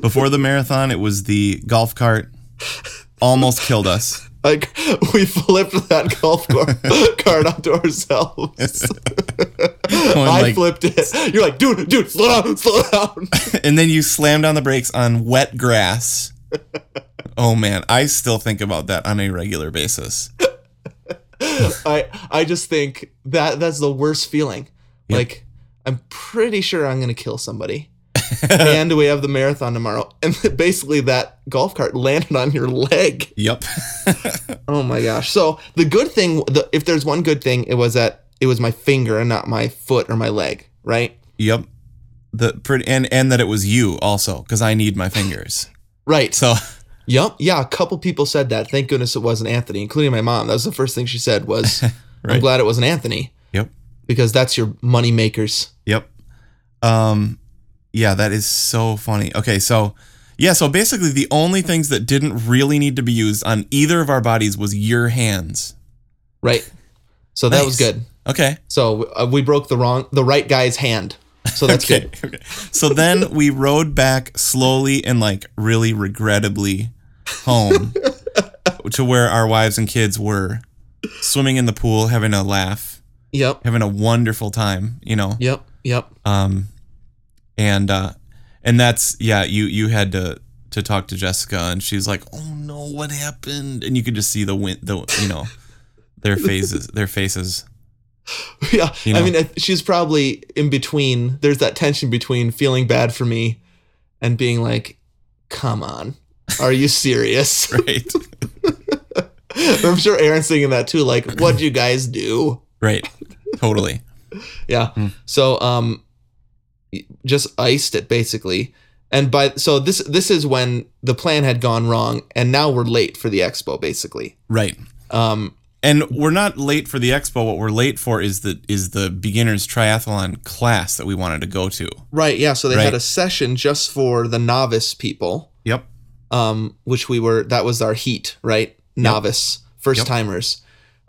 B: before the marathon, it was the golf cart almost killed us.
C: Like we flipped that golf car, cart onto ourselves.
B: Going
C: I
B: like-
C: flipped it. You're like, dude, dude, slow down, slow down.
B: and then you slammed on the brakes on wet grass. Oh man, I still think about that on a regular basis.
C: I I just think that that's the worst feeling.
B: Yep.
C: Like I'm pretty sure I'm gonna kill somebody. and we have the marathon tomorrow. And basically that golf cart landed on your leg.
B: Yep.
C: Oh my gosh. So the good thing the, if there's one good thing, it was that it was my finger and not my foot or my leg, right?
B: Yep. The pretty and and that it was you also cuz I need my fingers.
C: Right.
B: So
C: Yep. Yeah, a couple people said that. Thank goodness it wasn't Anthony, including my mom. That was the first thing she said was, "I'm
B: Right.
C: glad it wasn't Anthony."
B: Yep.
C: Because that's your money makers.
B: Yep. Um yeah, that is so funny. Okay, so yeah, so basically the only things that didn't really need to be used on either of our bodies was your hands.
C: Right. So that was
B: Nice.
C: good.
B: Okay.
C: So uh, we broke the wrong the right guy's hand. So that's
B: Okay.
C: good.
B: okay. So then we rode back slowly and like really regrettably home to where our wives and kids were swimming in the pool, having a laugh,
C: Yep.
B: having a wonderful time, you know.
C: Yep. Yep.
B: um and uh and that's yeah you you had to to talk to Jessica and she's like oh no what happened and you could just see the wind the you know their faces their faces
C: yeah.
B: You
C: I
B: know.
C: mean, I- she's probably in between. There's that tension between feeling bad for me and being like, "Come on, are you serious?"
B: right
C: I'm sure Aaron's thinking that too. Like, what'd you guys do?
B: right totally
C: Yeah.
B: Hmm.
C: So um just iced it basically. And by so this this is when the plan had gone wrong and now we're late for the expo basically.
B: right
C: Um
B: and we're not late for the expo what we're late for is the is the beginners triathlon class that we wanted to go to
C: right, yeah, so they had
B: Right.
C: a session just for the novice people,
B: yep
C: um which we were that was our heat, right? Novice, first
B: Yep.
C: timers.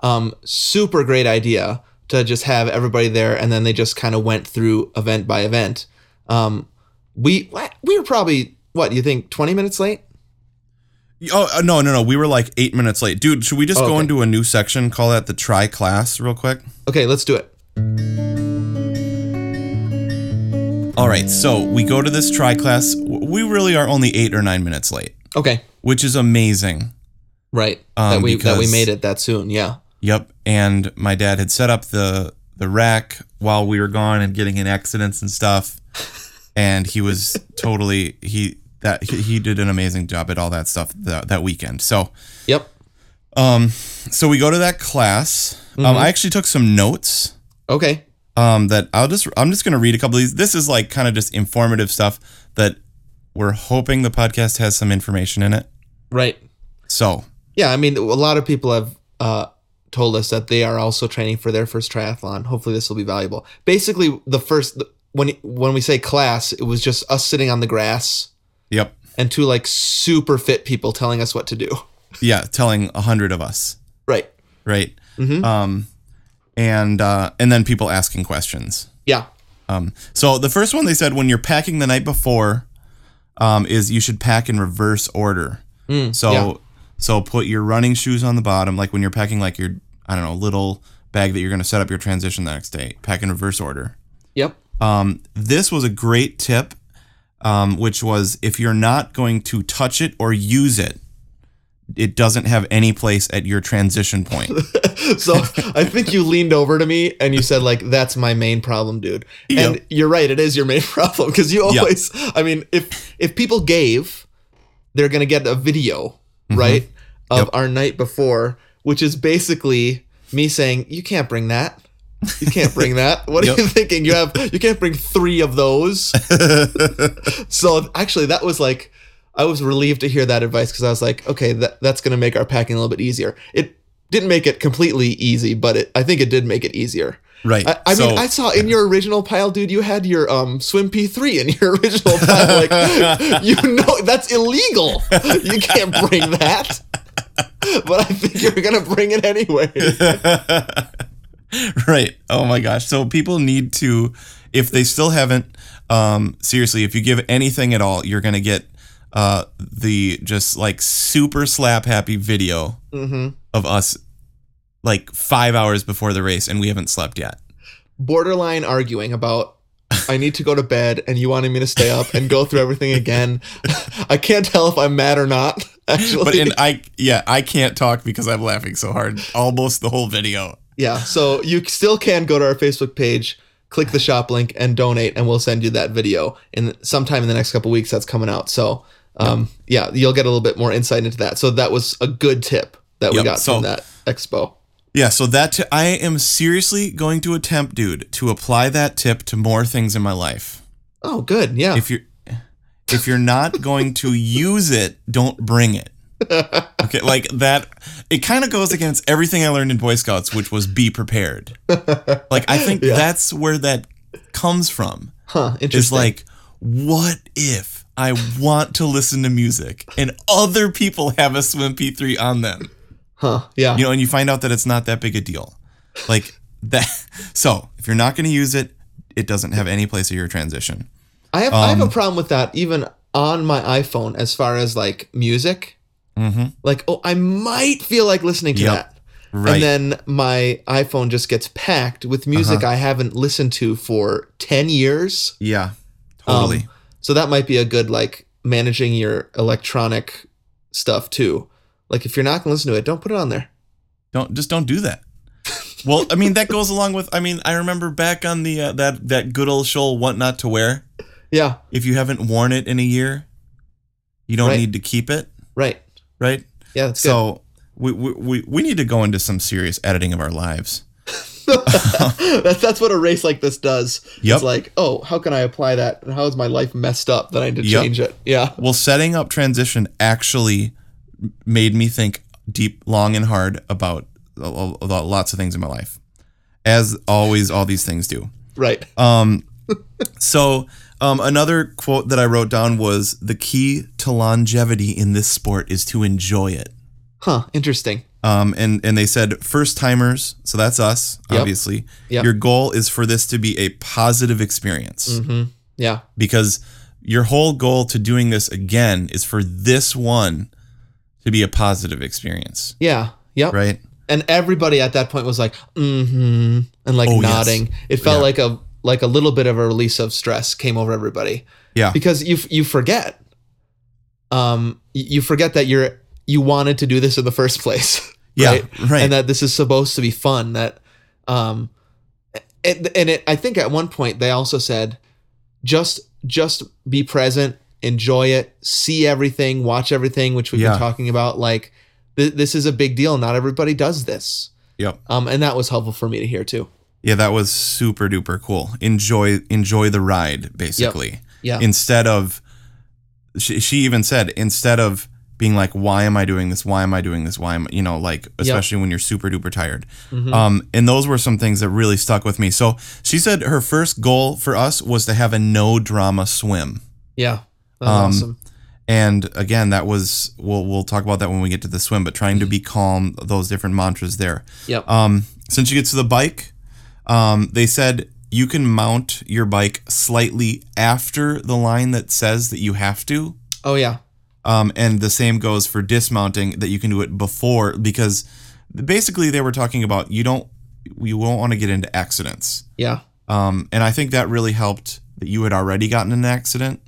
C: Um super great idea to just have everybody there and then they just kind of went through event by event. Um we what- we were probably what, you think 20 minutes late?
B: oh uh, no no no we were like 8 minutes late dude should we just go
C: Okay.
B: into a new section call that the tri class real quick
C: Okay, let's do it.
B: All right, so we go to this tri class. We really are only eight or nine minutes late,
C: Okay.
B: which is amazing.
C: Right.
B: Um,
C: that we that we
B: because-
C: made it that soon. Yeah.
B: Yep. And my dad had set up the the rack while we were gone and getting in accidents and stuff. And he was totally he that he, he did an amazing job at all that stuff that, that weekend. So
C: Yep.
B: um so we go to that class. Um, I actually took some notes
C: Okay.
B: um, that I'll just I'm just gonna read a couple of these. This is like kind of just informative stuff that we're hoping the podcast has some information in it.
C: Right.
B: So
C: Yeah. I mean, a lot of people have uh, told us that they are also training for their first triathlon. Hopefully, this will be valuable. Basically, the first when when we say class, it was just us sitting on the grass
B: yep,
C: and two like super fit people telling us what to do.
B: yeah, telling a hundred of us,
C: Right.
B: right? Um, and uh, and then people asking questions.
C: Yeah.
B: Um, so the first one they said when you're packing the night before, um, is you should pack in reverse order. so
C: yeah.
B: so put your running shoes on the bottom, like when you're packing like your I don't know little bag that you're gonna set up your transition the next day. Pack in reverse order.
C: Yep.
B: Um, this was a great tip, um, which was if you're not going to touch it or use it, it doesn't have any place at your transition point.
C: So I think you leaned over to me and you said like that's my main problem, dude. And
B: Yep.
C: you're right, it is your main problem because you always I mean, if if people gave, they're going to get a video, right? Of
B: Yep.
C: our night before, which is basically me saying, "You can't bring that." You can't bring that. What
B: Yep.
C: are you thinking? You have you can't bring 3 of those. so actually that was like I was relieved to hear that advice because I was like, okay, that, that's going to make our packing a little bit easier. It didn't make it completely easy, but it, I think it did make it easier.
B: right.
C: I, I
B: so,
C: mean, I saw in your original pile, dude, you had your um, swim P3 in your original pile. Like, you know, that's illegal. You can't bring that. But I think you're going to bring it anyway.
B: right. Oh my gosh. So people need to, if they still haven't, um, seriously, if you give anything at all, you're gonna get uh, the just like super slap happy video
C: hmm
B: of us like five hours before the race and we haven't slept yet.
C: Borderline arguing about. I need to go to bed, and you wanted me to stay up and go through everything again. I can't tell if I'm mad or not. Actually,
B: but and I yeah I can't talk because I'm laughing so hard almost the whole video.
C: Yeah, so you still can go to our Facebook page, click the shop link, and donate, and we'll send you that video. And sometime in the next couple weeks, that's coming out. So, um, yeah, you'll get a little bit more insight into that. So that was a good tip that we
B: Yep,
C: got
B: so-
C: from that expo.
B: Yeah, so that t- I am seriously going to attempt, dude, to apply that tip to more things in my life.
C: Oh, good. Yeah,
B: If you're if you're not going to use it, don't bring it. Okay, like that. It kind of goes against everything I learned in Boy Scouts, which was be prepared. Like I think that's where that comes from.
C: huh?
B: is
C: Interesting.
B: like, what if I want to listen to music and other people have a Swim P3 on them?
C: huh? Yeah.
B: You know, and you find out that it's not that big a deal. Like that. So if you're not going to use it, it doesn't have any place in your transition.
C: I have I have
B: um,
C: a problem with that even on my iPhone as far as like music.
B: Mhm.
C: Like, oh, I might feel like listening to
B: Yep,
C: that.
B: right. Uh-huh.
C: And then my iPhone just gets packed with music I haven't listened to for 10 years.
B: Yeah, totally.
C: Um, so that might be a good like managing your electronic stuff too. Like if you're not going to listen to it, don't put it on there.
B: don't just don't do that. Well, I mean that goes along with. I mean, I remember back on the uh, that that good old shoal, what not to wear.
C: Yeah,
B: If you haven't worn it in a year, you don't
C: Right.
B: need to keep it,
C: right.
B: right?
C: Yeah, that's good.
B: So we, we, we, we need to go into some serious editing of our lives.
C: that's that's what a race like this does.
B: Yep.
C: It's like, oh, how can I apply that? And how is my life messed up that I need to
B: Yep.
C: change it? Yeah.
B: Well, setting up transition actually m- made me think deep, long, and hard about a- a- a- lots of things in my life, as always, all these things do.
C: Right.
B: Um, so um, another quote that I wrote down was the key to longevity in this sport is to enjoy it.
C: Huh. Interesting.
B: Um, and and they said first timers, so that's us,
C: Yep.
B: obviously.
C: Yep.
B: Your goal is for this to be a positive experience.
C: Mm-hmm. Yeah.
B: because your whole goal to doing this again is for this one to be a positive experience,
C: Yeah. Yep.
B: right?
C: And everybody at that point was like, mm-hmm, and like
B: Oh, yes.
C: nodding. It felt
B: Yeah.
C: like a like a little bit of a release of stress came over everybody
B: Yeah.
C: because you f- you forget, um, y- you forget that you're you wanted to do this in the first place.
B: Yeah, right.
C: And that this is supposed to be fun. That, um, and, and it I think at one point they also said, just just be present, enjoy it, see everything, watch everything, which we've
B: Yeah.
C: been talking about. Like th- this is a big deal. Not everybody does this.
B: Yep.
C: Um, and that was helpful for me to hear too.
B: Yeah, that was super duper cool. Enjoy enjoy the ride basically.
C: Yeah.
B: Instead of she, she even said instead of being like why am I doing this? Why am I doing this? Why am I, you know, like especially when you're super duper tired.
C: Mm-hmm.
B: Um and those were some things that really stuck with me. So, she said her first goal for us was to have a no drama swim.
C: yeah. That's
B: Um,
C: awesome.
B: And again, that was we'll we'll talk about that when we get to the swim, but trying to be calm, those different mantras there.
C: Yep.
B: Um, since you get to the bike, um, they said you can mount your bike slightly after the line that says that you have to.
C: oh yeah.
B: Um, and the same goes for dismounting that you can do it before because basically they were talking about you don't you won't want to get into accidents.
C: Yeah.
B: Um, and I think that really helped that you had already gotten in an accident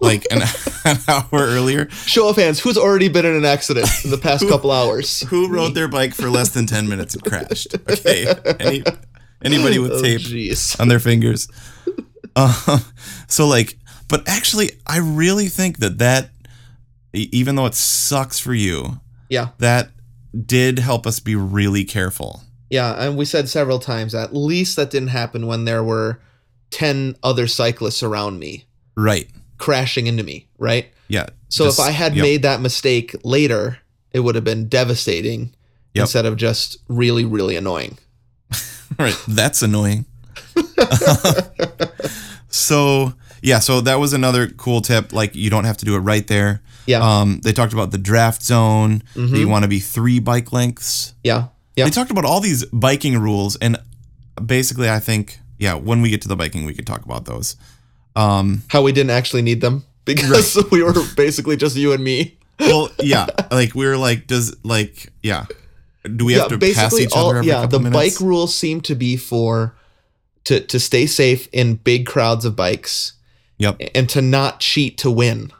B: like an, an hour earlier.
C: Show of hands, who's already been in an accident in the past couple hours?
B: Who rode their bike for less than 10 minutes and crashed? Okay. Any, anybody with
C: Oh,
B: tape
C: jeez.
B: on their fingers. Uh, so, like, but actually, I really think that that, e- even though it sucks for you,
C: Yeah.
B: that did help us be really careful.
C: Yeah, and we said several times at least that didn't happen when there were 10 other cyclists around me
B: Right.
C: crashing into me, right?
B: Yeah.
C: So
B: Just-
C: if I had
B: yep.
C: made that mistake later, it would have been devastating
B: Yep.
C: instead of just really, really annoying.
B: Right. That's annoying. so, yeah, so that was another cool tip. Like, you don't have to do it right there.
C: Yeah.
B: Um, they talked about the draft zone. that
C: Mm-hmm.
B: You want to be three bike lengths.
C: yeah. Yeah.
B: They talked about all these biking rules, and basically, I think, yeah, when we get to the biking, we could talk about those. Um,
C: How we didn't actually need them because we were basically just you and me.
B: well, yeah, like we were like, does like, yeah, do we
C: yeah,
B: have to pass each other? Every
C: yeah,
B: couple
C: the
B: minutes?
C: bike rules seem to be for to to stay safe in big crowds of bikes
B: Yep,
C: and to not cheat to win,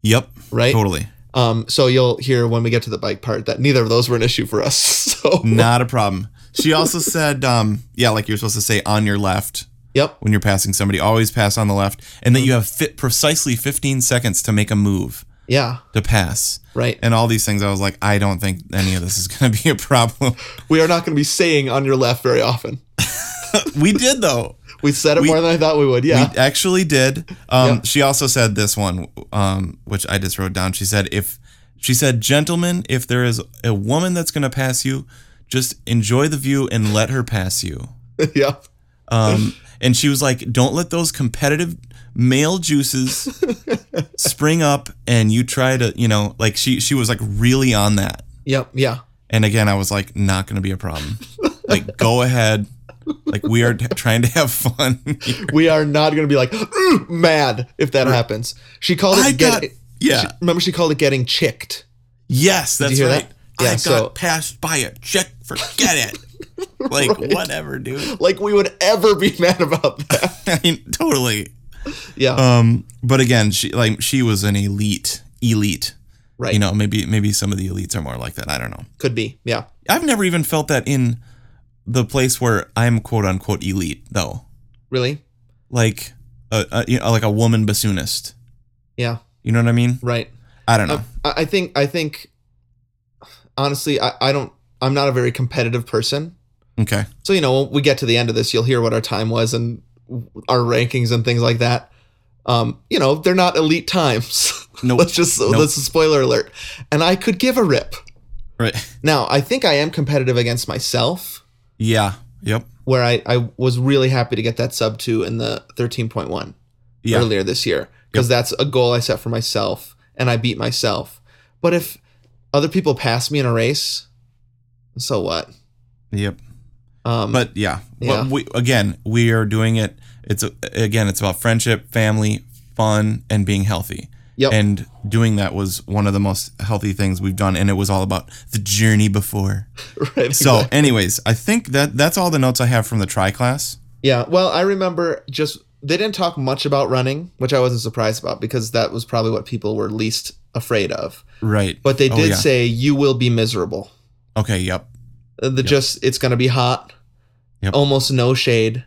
B: yep,
C: right?
B: totally,
C: Um, so you'll hear when we get to the bike part that neither of those were an issue for us. So
B: not a problem. She also said, um, yeah, like you're supposed to say on your left
C: yep,
B: when you're passing somebody, always pass on the left, and that you have fit precisely 15 seconds to make a move
C: yeah,
B: to pass.
C: right.
B: and all these things. I was like, I don't think any of this is going to be a problem.
C: We are not going to be saying on your left very often.
B: we did though.
C: We said it
B: We-
C: more than I thought we would. Yeah,
B: We actually did. Um,
C: Yep.
B: She also said this one, um, which I just wrote down. She said, if she said, gentlemen, if there is a woman that's going to pass you, just enjoy the view and let her pass you.
C: yep,
B: Um, and she was like, don't let those competitive male juices spring up and you try to, you know, like she, she was like really on that.
C: yep, yeah,
B: And again, I was like, not going to be a problem. like, go ahead. Like, we are t- trying to have fun. here.
C: we are not going to be like "Mm," mad if that happens. She called it.
B: I
C: get-
B: got, yeah.
C: she- remember, she called it getting chicked.
B: yes, that's
C: you hear
B: right.
C: that? Yeah,
B: I
C: so-
B: got passed by a chick. Forget it. like, whatever, dude.
C: Like we would ever be mad about that.
B: I mean, totally.
C: Yeah,
B: Um, but again, she like she was an elite, elite.
C: right.
B: You know, maybe maybe some of the elites are more like that. I don't know.
C: could be. Yeah,
B: I've never even felt that in the place where I'm quote unquote elite though.
C: really.
B: Like a, a you know, like a woman bassoonist.
C: Yeah,
B: You know what I mean?
C: right.
B: I don't know.
C: I, I think. I think. Honestly, I, I don't. I'm not a very competitive person.
B: okay.
C: So you know, when we get to the end of this, you'll hear what our time was and our rankings and things like that. Um, you know, they're not elite times.
B: Nope.
C: let's just
B: Nope.
C: let's spoiler alert. And I could give a rip.
B: Right.
C: Now, I think I am competitive against myself,
B: Yeah. Yep.
C: where I, I was really happy to get that sub to in the 13.1
B: Yeah.
C: earlier this year because that's a goal I set for myself and I beat myself. But if other people pass me in a race, so what?
B: Yep.
C: Um,
B: But yeah.
C: Yeah.
B: But we again, we are doing it. It's a, again, it's about friendship, family, fun, and being healthy.
C: Yep.
B: And doing that was one of the most healthy things we've done, and it was all about the journey before.
C: right,
B: So, anyways, I think that that's all the notes I have from the tri class.
C: Yeah, well, I remember just they didn't talk much about running, which I wasn't surprised about because that was probably what people were least afraid of.
B: Right.
C: But they
B: Oh,
C: did
B: yeah.
C: say you will be miserable.
B: Okay. Yep.
C: Uh, The just it's going to be hot.
B: Yep.
C: Almost no shade.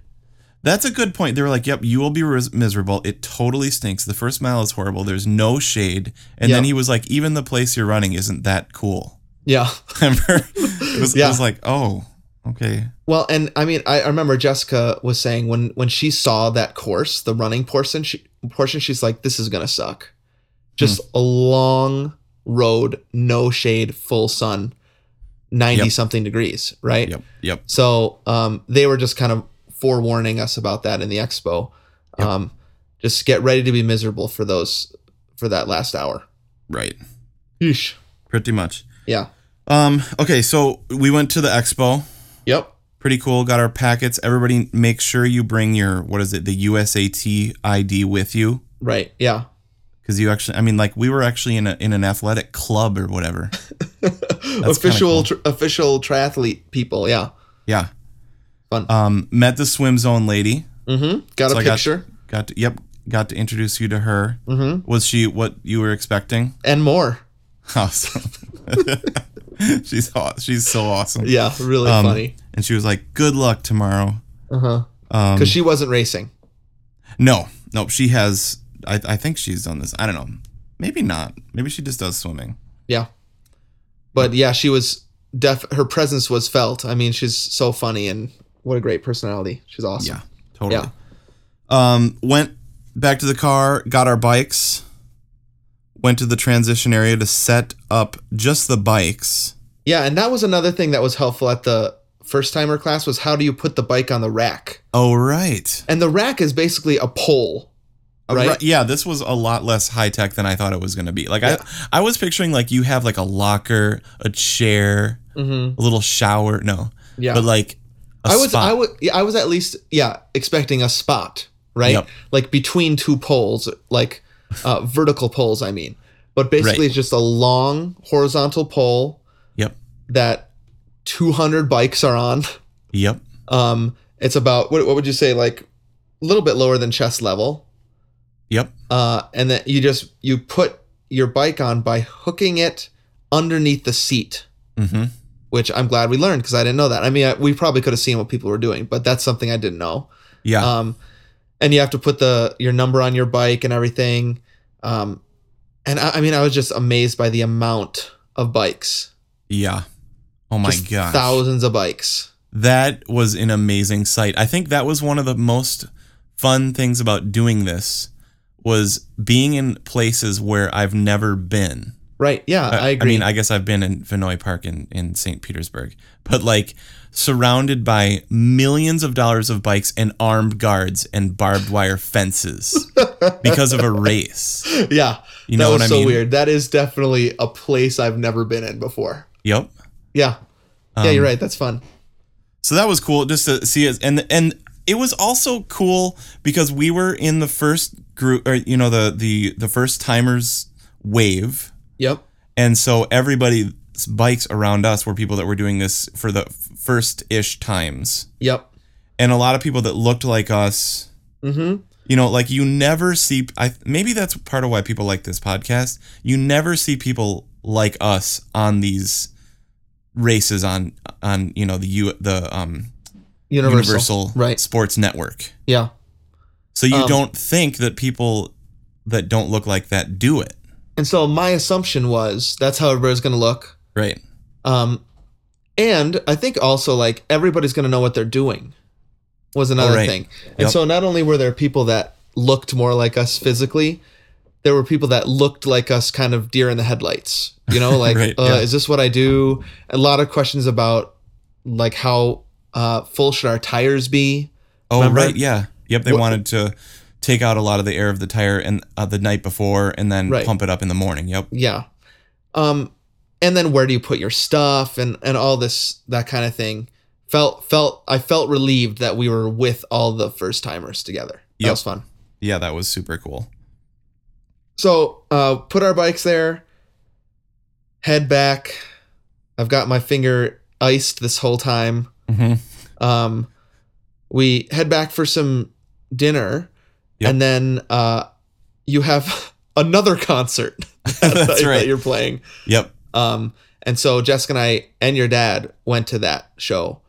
B: That's a good point. They were like, "Yep, you will be ris- miserable. It totally stinks. The first mile is horrible. There's no shade." And then
C: Yeah.
B: he was like, "Even the place you're running isn't that cool."
C: Yeah.
B: Remember? It was,
C: Yeah.
B: it was like, oh, okay.
C: Well, and I mean, I, I remember Jessica was saying when when she saw that course, the running portion, she, portion, she's like, "This is gonna suck." Just
B: Hmm.
C: a long road, no shade, full sun, ninety
B: Yep.
C: something degrees, right?
B: Yep. Yep.
C: So um, they were just kind of forewarning us about that in the expo. Um, just get ready to be miserable for those for that last hour.
B: Right.
C: Yeesh.
B: Pretty much.
C: Yeah.
B: Um, okay, so we went to the expo.
C: Yep.
B: Pretty cool. Got our packets. Everybody make sure you bring your what is it, the USAT ID with you.
C: Right. Yeah.
B: Because you actually I mean like we were actually in a in an athletic club or whatever. That's kinda cool.
C: official tr- official triathlete people. Yeah.
B: Yeah.
C: Fun.
B: Um, met the swim zone lady.
C: Mm-hmm. Got
B: So
C: a
B: I got-
C: picture
B: Got to, yep, got to introduce you to her. Mm-hmm. Was she what you were expecting?
C: and more.
B: Awesome. she's hot. She's so awesome.
C: Yeah. Really
B: Um,
C: funny.
B: And she was like, "Good luck tomorrow."
C: Uh huh.
B: Um,
C: Because she wasn't racing.
B: No, nope. She has. I, I think she's done this. I don't know. Maybe not. Maybe she just does swimming.
C: Yeah. But yeah, she was def. Her presence was felt. I mean, she's so funny and what a great personality. She's awesome.
B: Yeah, totally. Um, went back to the car, got our bikes, went to the transition area to set up just the bikes.
C: Yeah, and that was another thing that was helpful at the first timer class was how do you put the bike on the rack?
B: Oh right.
C: And the rack is basically a pole.
B: Uh,
C: Right?
B: ri- Yeah, this was a lot less high tech than I thought it was going to be. Like I, I was picturing like you have like a locker, a chair,
C: Mm-hmm.
B: a little shower. No,
C: Yeah.
B: but like a
C: I was
B: spot.
C: I was yeah, I was at least yeah expecting a spot right
B: Yep.
C: like between two poles like uh, vertical poles I mean but
B: Right.
C: basically it's just a long horizontal pole
B: Yep.
C: that 200 bikes are on
B: Yep.
C: um it's about what, what would you say like a little bit lower than chest level
B: Yep.
C: uh and then you just you put your bike on by hooking it underneath the seat
B: Mm-hmm.
C: which I'm glad we learned because I didn't know that I mean I, we probably could have seen what people were doing but that's something I didn't know
B: Yeah.
C: um, and you have to put the your number on your bike and everything. Um, and I, I mean, I was just amazed by the amount of bikes.
B: yeah. Oh my
C: Just
B: gosh.
C: thousands of bikes.
B: That was an amazing sight. I think that was one of the most fun things about doing this was being in places where I've never been.
C: Right? Yeah, I, agree.
B: I mean, I guess I've been in Vinoy Park in, in St. Petersburg, but like surrounded by millions of dollars of bikes and armed guards and barbed wire fences because of a race.
C: yeah,
B: You
C: that
B: know
C: was
B: what I
C: so
B: mean?
C: weird. That is definitely a place I've never been in before.
B: Yep.
C: Yeah, yeah,
B: Um,
C: you're right. That's fun.
B: So that was cool just to see us and and it was also cool because we were in the first group or you know the the the first timers wave
C: Yep.
B: and so everybody's bikes around us were people that were doing this for the first ish times
C: Yep.
B: and a lot of people that looked like us
C: Mm-hmm.
B: you know like you never see I maybe that's part of why people like this podcast you never see people like us on these races on on you know the U, the um
C: Universal.
B: Universal,
C: Right.
B: Sports Network.
C: Yeah.
B: So you
C: Um,
B: don't think that people that don't look like that do it,
C: And so my assumption was that's how everybody's going to look.
B: right?
C: Um, and I think also like everybody's going to know what they're doing was another
B: Oh, right.
C: thing. And
B: Yep.
C: so not only were there people that looked more like us physically, there were people that looked like us kind of deer in the headlights, you know, like,
B: Right,
C: uh,
B: yeah.
C: is this what I do? A lot of questions about like how uh, full should our tires be?
B: Oh,
C: Remember?
B: right, yeah, yep. They
C: What-
B: wanted to take out a lot of the air of the tire and uh, the night before, and then
C: Right.
B: pump it up in the morning. Yep,
C: Yeah. Um, and then where do you put your stuff and, and all this, that kind of thing felt, felt, I felt relieved that we were with all the first timers together. That
B: Yep.
C: was fun.
B: yeah, that was super cool.
C: So, uh, put our bikes there, head back. I've got my finger iced this whole time.
B: Mm-hmm.
C: Um, we head back for some dinner
B: Yep.
C: and then, uh, you have another concert
B: That's
C: that
B: right.
C: you're playing.
B: Yep,
C: Um, and so Jessica and I and your dad went to that show,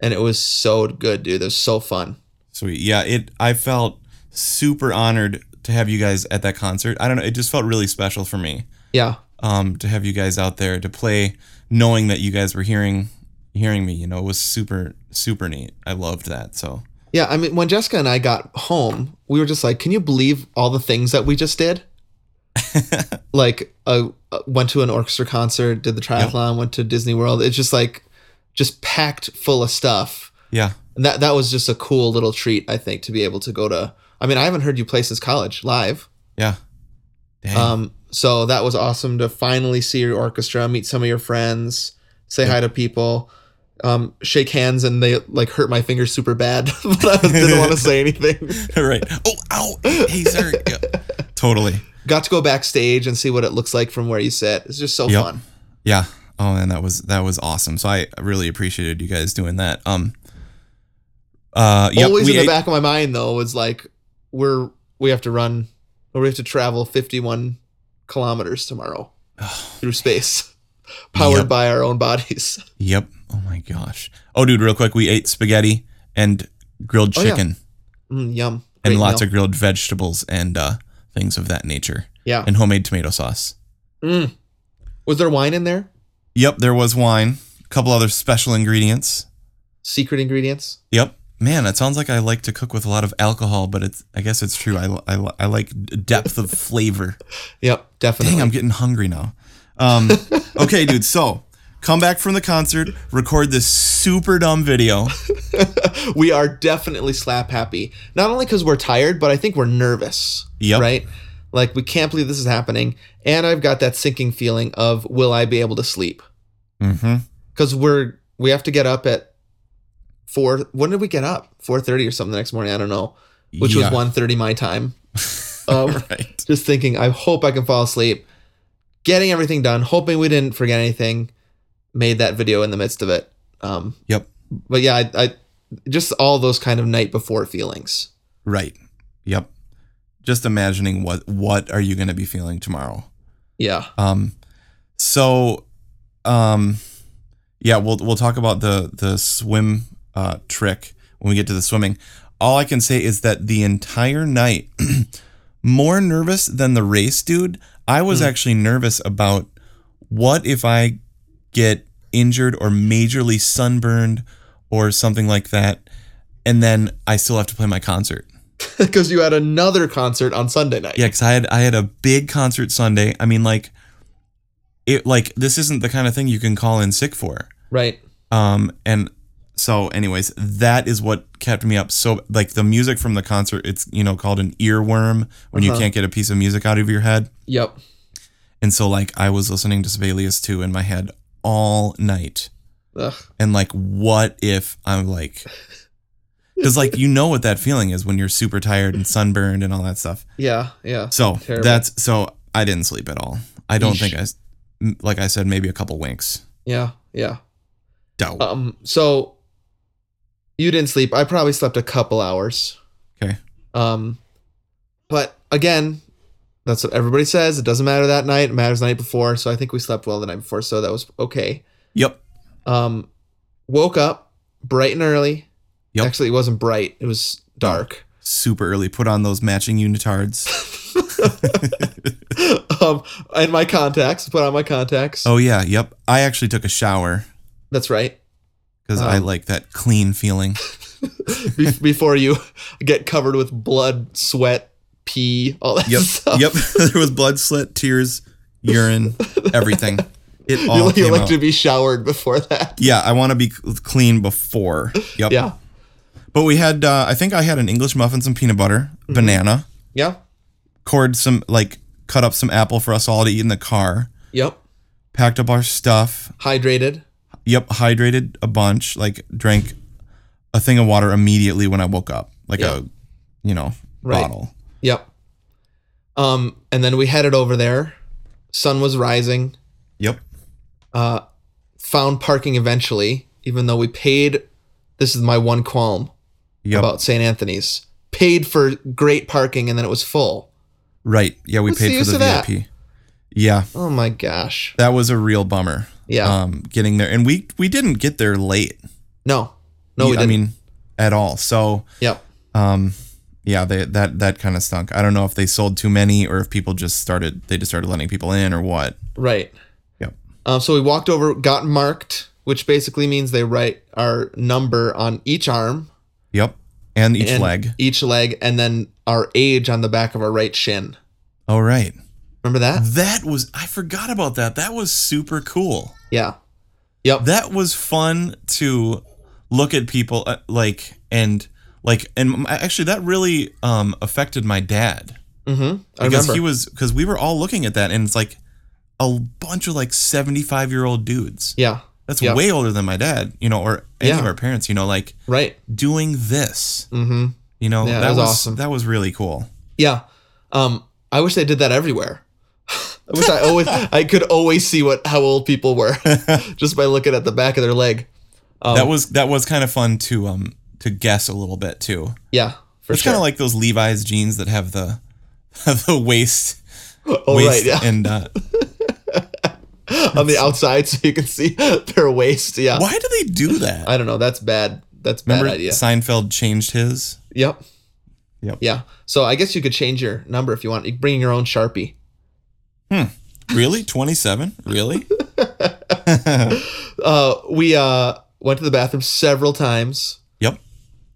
C: and it was so good, dude. It was so fun.
B: sweet. Yeah, it. I felt super honored to have you guys at that concert. I don't know. It just felt really special for me.
C: Yeah,
B: um, to have you guys out there to play, knowing that you guys were hearing hearing me. You know, it was super super neat. I loved that. So
C: Yeah, I mean, when Jessica and I got home, we were just like, "Can you believe all the things that we just did?" like, uh, uh, went to an orchestra concert, did the triathlon, went to Disney World. It's just like, just packed full of stuff.
B: yeah,
C: And that that was just a cool little treat, I think, to be able to go to. I mean, I haven't heard you play since college live.
B: yeah. Dang.
C: Um, so that was awesome to finally see your orchestra, meet some of your friends, say hi to people, um, shake hands, and they like hurt my fingers super bad, but I didn't want to say anything.
B: right. Oh, ow. Hey, sir. Yeah. Totally.
C: Got to go backstage and see what it looks like from where you sit. It's just so
B: Yep.
C: fun.
B: Yeah. Oh, and that was that was awesome. So I really appreciated you guys doing that. Um. Uh. Yep,
C: Always
B: we
C: in the
B: ate-
C: back of my mind though was like, we're we have to run, or we have to travel 51 kilometers tomorrow through space, powered
B: Yep.
C: by our own bodies.
B: Yep. Oh my gosh. Oh, dude, real quick, we ate spaghetti and grilled
C: Oh, yeah.
B: chicken
C: Mm, yum.
B: and
C: Great
B: lots
C: meal.
B: of grilled vegetables and uh, things of that nature
C: yeah.
B: and homemade tomato sauce.
C: Mm. Was there wine in there?
B: Yep, there was wine, a couple other special ingredients.
C: Secret ingredients.
B: Yep. Man, it sounds like I like to cook with a lot of alcohol, but it's I guess it's true. I, li- I, li- I like d- depth of flavor.
C: Yep, definitely.
B: Dang, I'm getting hungry now. Um, okay, dude. So come back from the concert, record this super dumb video.
C: we are definitely slap happy. Not only because we're tired, but I think we're nervous.
B: Yep.
C: Right? Like we can't believe this is happening. And I've got that sinking feeling of will I be able to sleep?
B: Mm-hmm.
C: Because we're we have to get up at four when did we get up? Four thirty or something the next morning, I don't know. Which
B: Yeah.
C: was one thirty my time. Um,
B: Right.
C: just thinking, I hope I can fall asleep. Getting everything done, hoping we didn't forget anything, made that video in the midst of it. Um,
B: Yep.
C: but yeah, I, I just all those kind of night before feelings.
B: Right. Yep. Just imagining what what are you going to be feeling tomorrow.
C: Yeah.
B: Um so um yeah, we'll we'll talk about the the swim uh trick when we get to the swimming. All I can say is that the entire night more nervous than the race, dude. I was actually nervous about what if I get injured or majorly sunburned or something like that and then I still have to play my concert.
C: Because you had another concert on Sunday night.
B: Yeah, because I had I had a big concert Sunday. I mean, like it like this isn't the kind of thing you can call in sick for.
C: Right.
B: Um, and so, anyways, that is what kept me up. So, like the music from the concert, it's you know called an earworm when you
C: Uh-huh.
B: can't get a piece of music out of your head.
C: Yep.
B: And so, like I was listening to Sibelius two in my head all night,
C: Ugh.
B: and like, what if I'm like. Because like you know what that feeling is when you're super tired and sunburned and all that stuff.
C: Yeah. Yeah.
B: So
C: Terrible.
B: that's so I didn't sleep at all. I don't
C: Yeesh.
B: think I, s- m- like I said, maybe a couple winks.
C: Yeah. Yeah.
B: Doubt.
C: Um. So you didn't sleep. I probably slept a couple hours.
B: Okay.
C: Um. But again, that's what everybody says. It doesn't matter that night. It matters the night before. So I think we slept well the night before. So that was okay.
B: yep.
C: Um. Woke up bright and early.
B: Yep.
C: Actually, it wasn't bright. It was dark.
B: Super early. Put on those matching unitards.
C: um, and my contacts. Put on my contacts.
B: oh yeah. Yep. I actually took a shower
C: That's right.
B: because I
C: Um.
B: like that clean feeling.
C: Be- before you get covered with blood, sweat, pee, all that stuff.
B: yep. there was blood, slit, tears, urine, everything. It all
C: You, you
B: came
C: like
B: out.
C: to be showered before that.
B: yeah, I want to be c- clean before. Yep.
C: Yeah.
B: But we had, uh, I think I had an English muffin, some peanut butter,
C: Mm-hmm.
B: banana,
C: Yeah.
B: cored some, like, cut up some apple for us all to eat in the car.
C: Yep.
B: packed up our stuff.
C: Hydrated.
B: Yep, hydrated a bunch, like drank a thing of water immediately when I woke up, like
C: Yeah.
B: a, you know,
C: Right.
B: bottle.
C: Yep. Um, and then we headed over there. Sun was rising.
B: Yep.
C: Found parking eventually, even though we paid. This is my one qualm
B: Yep.
C: about St. Anthony's. Paid for great parking, and then it was full.
B: right. Yeah, we
C: What's the
B: paid for
C: use
B: the
C: of that?
B: VIP. Yeah,
C: Oh my gosh.
B: that was a real bummer.
C: Yeah.
B: Um, getting there, and we we didn't get there late.
C: No. No, we
B: I
C: didn't.
B: mean, at all. So,
C: yep.
B: um, yeah, they that that kind of stunk. I don't know if they sold too many or if people just started they just started letting people in or what.
C: Right.
B: Yep.
C: Um, so we walked over, got marked, which basically means they write our number on each arm,
B: Yep. And each
C: and
B: leg.
C: each leg, and then our age on the back of our right shin.
B: All right.
C: Remember that?
B: That was I forgot about that. That was super cool.
C: Yeah. Yep.
B: That was fun to look at people uh, like and like and m- actually that really um affected my dad
C: mm-hmm. I
B: because
C: remember.
B: he was because we were all looking at that and it's like a bunch of like 75 year old dudes
C: yeah.
B: that's
C: Yep.
B: way older than my dad you know or any of
C: Yeah.
B: our parents you know like
C: Right.
B: doing this
C: Mm-hmm.
B: you know that
C: Yeah, that was
B: was
C: awesome.
B: that was really cool
C: Yeah. Um, I wish they did that everywhere. I wish I always I could always see what how old people were just by looking at the back of their leg. Um,
B: that was that was kind of fun to um to guess a little bit too
C: yeah, for
B: it's
C: sure.
B: kind of like those Levi's jeans that have the the waist
C: oh
B: waist
C: right, yeah,
B: and uh,
C: on the outside so you can see their waist. Yeah,
B: why do they do that?
C: I don't know. That's bad. That's bad
B: Remember
C: idea.
B: Seinfeld changed his.
C: Yep.
B: Yep.
C: Yeah. So I guess you could change your number if you want. You can bring your own sharpie.
B: Really? 27? Really?
C: Uh, we uh went to the bathroom several times,
B: yep.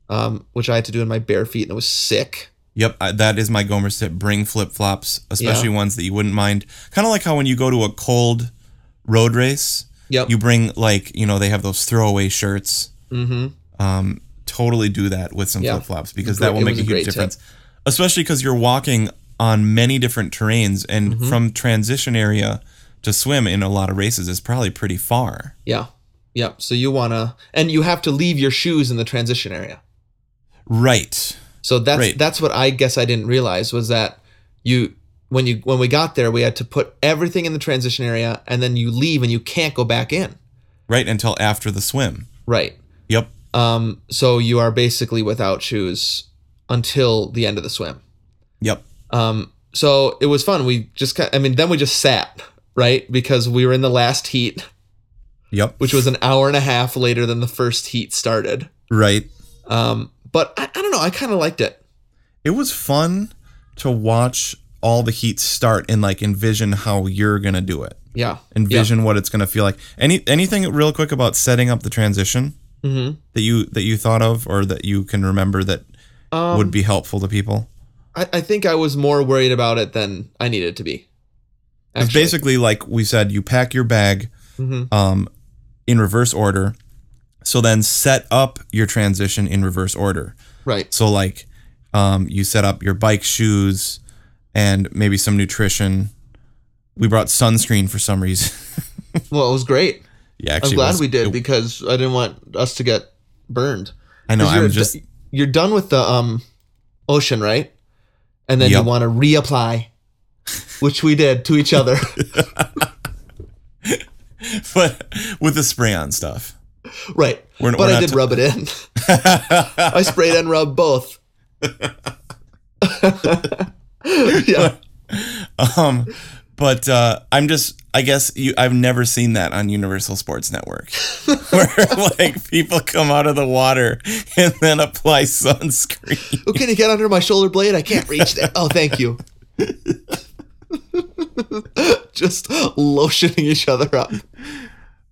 C: um, which I had to do in my bare feet, and it was sick.
B: Yep. I, that is my Gomer's tip. Bring flip flops, especially ones that you wouldn't mind. Kind of like how when you go to a cold road race,
C: Yep.
B: you bring, like, you know, they have those throwaway shirts.
C: mm-hmm.
B: Um, totally do that with some
C: Yeah.
B: flip flops because
C: Great-
B: that will
C: it
B: make
C: was
B: a
C: a
B: huge
C: great tip.
B: difference. Especially because you're walking on many different terrains and
C: Mm-hmm.
B: from transition area to swim in a lot of races is probably pretty far.
C: Yeah. Yep. So you wanna, and you have to leave your shoes in the transition area.
B: Right.
C: So that's
B: Right.
C: that's what I guess I didn't realize was that you when you when we got there we had to put everything in the transition area and then you leave and you can't go back in.
B: Right until after the swim.
C: Right.
B: Yep.
C: Um. So you are basically without shoes until the end of the swim.
B: Yep.
C: Um. So it was fun. We just ki- I mean then we just sat right because we were in the last heat
B: Yep.
C: which was an hour and a half later than the first heat started.
B: Right.
C: Um. But I, I don't know. I kind of liked it.
B: It was fun to watch all the heat start and like envision how you're gonna do it.
C: Yeah.
B: Envision what it's gonna feel like. Any anything real quick about setting up the transition
C: hmm
B: that you that you thought of or that you can remember that
C: Um,
B: would be helpful to people?
C: I, I think I was more worried about it than I needed to be.
B: It's
C: actually.
B: basically like we said, you pack your bag
C: Mhm.
B: um, in reverse order. So then set up your transition in reverse order.
C: right.
B: So like, um, you set up your bike shoes and maybe some nutrition. We brought sunscreen for some reason.
C: Well, it was great.
B: yeah,
C: I'm
B: actually, it
C: glad
B: was-
C: we did
B: it-
C: because I didn't want us to get burned.
B: I know.
C: 'Cause you're
B: I'm
C: d-
B: just
C: you're done with the um ocean, right? And then
B: Yep.
C: you want to reapply, which we did to each other.
B: but with the spray on stuff.
C: right.
B: We're-
C: but
B: we're
C: I
B: not
C: did
B: t-
C: rub it in. I sprayed and rubbed both. yeah.
B: Um, but uh, I'm just. I guess you. I've never seen that on Universal Sports Network, where like people come out of the water and then apply sunscreen.
C: Oh, can you get under my shoulder blade? I can't reach there. Oh, thank you. Just lotioning each other up.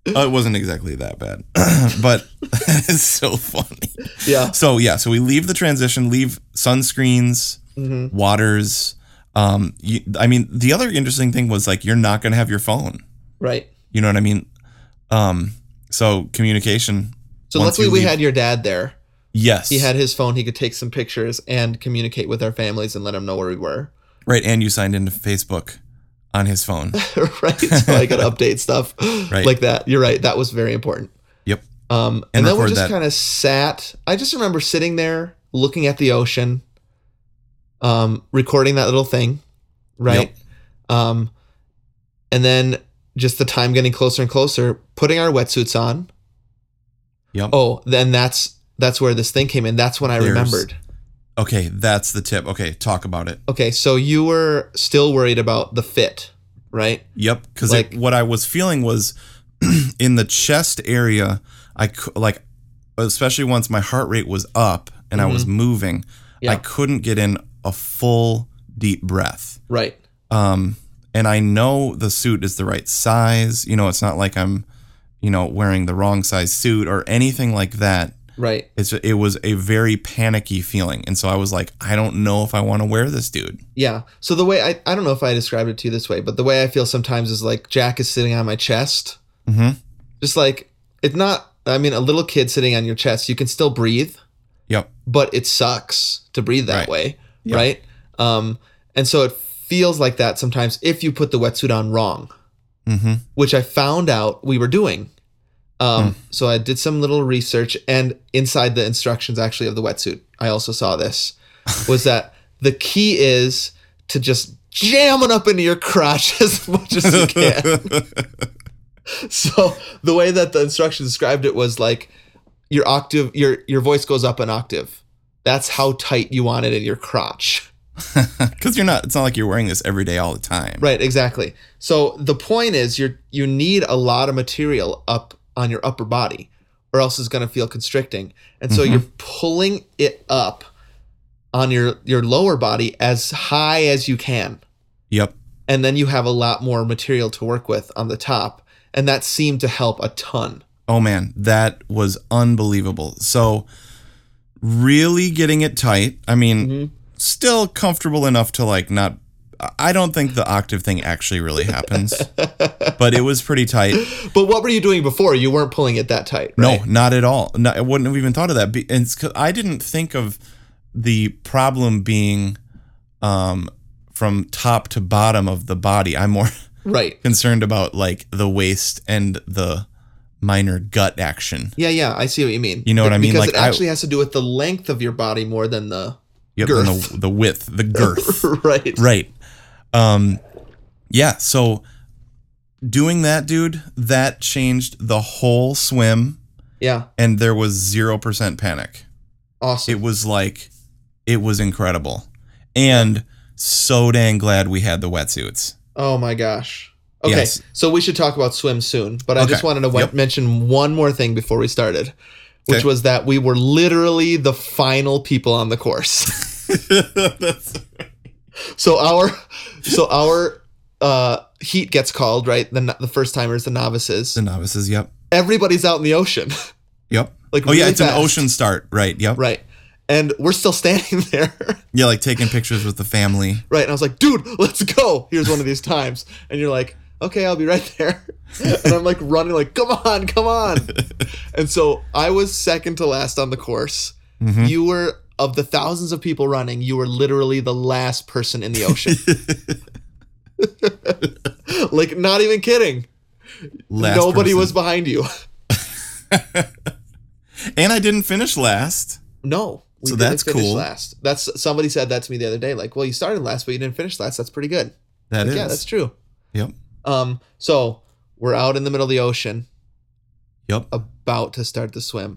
B: Oh, it wasn't exactly that bad, but it's so funny.
C: Yeah.
B: So yeah, so we leave the transition, leave sunscreens,
C: Mm-hmm.
B: waters. Um, you, I mean, the other interesting thing was like you're not gonna have your phone.
C: Right.
B: You know what I mean? Um, so communication.
C: So
B: Once
C: luckily
B: you
C: we
B: leave-
C: had your dad there.
B: Yes.
C: He had his phone. He could take some pictures and communicate with our families and let them know where we were.
B: right, and you signed into Facebook on his phone.
C: right. So I could update stuff
B: Right.
C: like that. You're right. That was very important.
B: yep.
C: Um,
B: And
C: and, then we
B: record
C: just
B: that.
C: kind of sat. I just remember sitting there looking at the ocean, um, recording that little thing, right? Um, and then just the time getting closer and closer, putting our wetsuits on.
B: Yep.
C: Oh, then that's that's where this thing came in. That's when I
B: There's-
C: remembered.
B: Okay, that's the tip. Okay, talk about it.
C: Okay, so you were still worried about the fit, right?
B: Yep, because
C: Like-
B: what I was feeling was in the chest area. I cou- like, especially once my heart rate was up and I
C: Mm-hmm.
B: was moving, I
C: Yeah.
B: couldn't get in a full deep breath.
C: Right.
B: Um, and I know the suit is the right size. You know, it's not like I'm, you know, wearing the wrong size suit or anything like that.
C: Right.
B: It's it was a very panicky feeling, and so I was like, I don't know if I want to wear this, dude.
C: Yeah. So the way I, I don't know if I described it to you this way, but the way I feel sometimes is like Jack is sitting on my chest.
B: Mhm.
C: Just like it's not I mean, a little kid sitting on your chest, you can still breathe,
B: Yep.
C: but it sucks to breathe that
B: Right.
C: way.
B: Yeah.
C: Right. Um, and so it feels like that sometimes if you put the wetsuit on wrong.
B: Mm-hmm.
C: which I found out we were doing. Um, So I did some little research, and inside the instructions actually of the wetsuit, I also saw this was that the key is to just jam it up into your crotch as much as you can. so the way that the instructions described it was like your octave, your your voice goes up an octave. That's how tight you want it in your crotch.
B: Because you're not. It's not like you're wearing this every day all the time.
C: Right, exactly. So the point is you are you need a lot of material up on your upper body or else it's going to feel constricting. And
B: Mm-hmm.
C: so you're pulling it up on your your lower body as high as you can.
B: Yep.
C: And then you have a lot more material to work with on the top, and that seemed to help a ton.
B: Oh man, that was unbelievable. So really getting it tight. I mean,
C: Mm-hmm.
B: still comfortable enough to like not I don't think the octave thing actually really happens. but it was pretty tight.
C: But what were you doing before? You weren't pulling it that tight,
B: No,
C: right?
B: not at all. No, I wouldn't have even thought of that. Be- And it's 'cause I didn't think of the problem being um from top to bottom of the body. I'm more
C: Right.
B: concerned about like the waist and the minor gut action.
C: Yeah, yeah, I see what you mean.
B: You know what I mean?
C: Because
B: Like,
C: it
B: I-
C: actually has to do with the length of your body more than the
B: Yep, and
C: Girth.
B: the the width, the girth.
C: right.
B: right. Um yeah, so doing that, dude, that changed the whole swim
C: Yeah.
B: and there was 0% panic.
C: Awesome.
B: It was like it was incredible. And so dang glad we had the wetsuits.
C: Oh my gosh. Okay,
B: Yes.
C: so we should talk about swim soon, but I
B: Okay.
C: just wanted to
B: Yep.
C: mention one more thing before we started, which
B: Okay.
C: was that we were literally the final people on the course. so our so our uh, heat gets called right the no- the first timers, the novices.
B: The novices, yep.
C: Everybody's out in the ocean,
B: Yep.
C: like
B: Oh yeah,
C: really
B: it's
C: fast.
B: an ocean start, right? Yep.
C: right? And we're still standing there.
B: Yeah, like taking pictures with the family.
C: Right. And I was like, dude, let's go. Here's one of these times. And you're like, okay, I'll be right there. And I'm like running, like, come on, come on. And so I was second to last on the course.
B: Mm-hmm.
C: You were, of the thousands of people running, you were literally the last person in the ocean. like, not even kidding.
B: Last
C: Nobody
B: person.
C: was behind you.
B: And I didn't finish last.
C: No. We
B: So
C: didn't
B: that's
C: finish
B: cool.
C: last. That's somebody said that to me the other day. Like, well, you started last, but you didn't finish last. That's pretty good.
B: That is.
C: Yeah, that's true.
B: Yep.
C: Um, so we're out in the middle of the ocean,
B: Yep.
C: about to start the swim.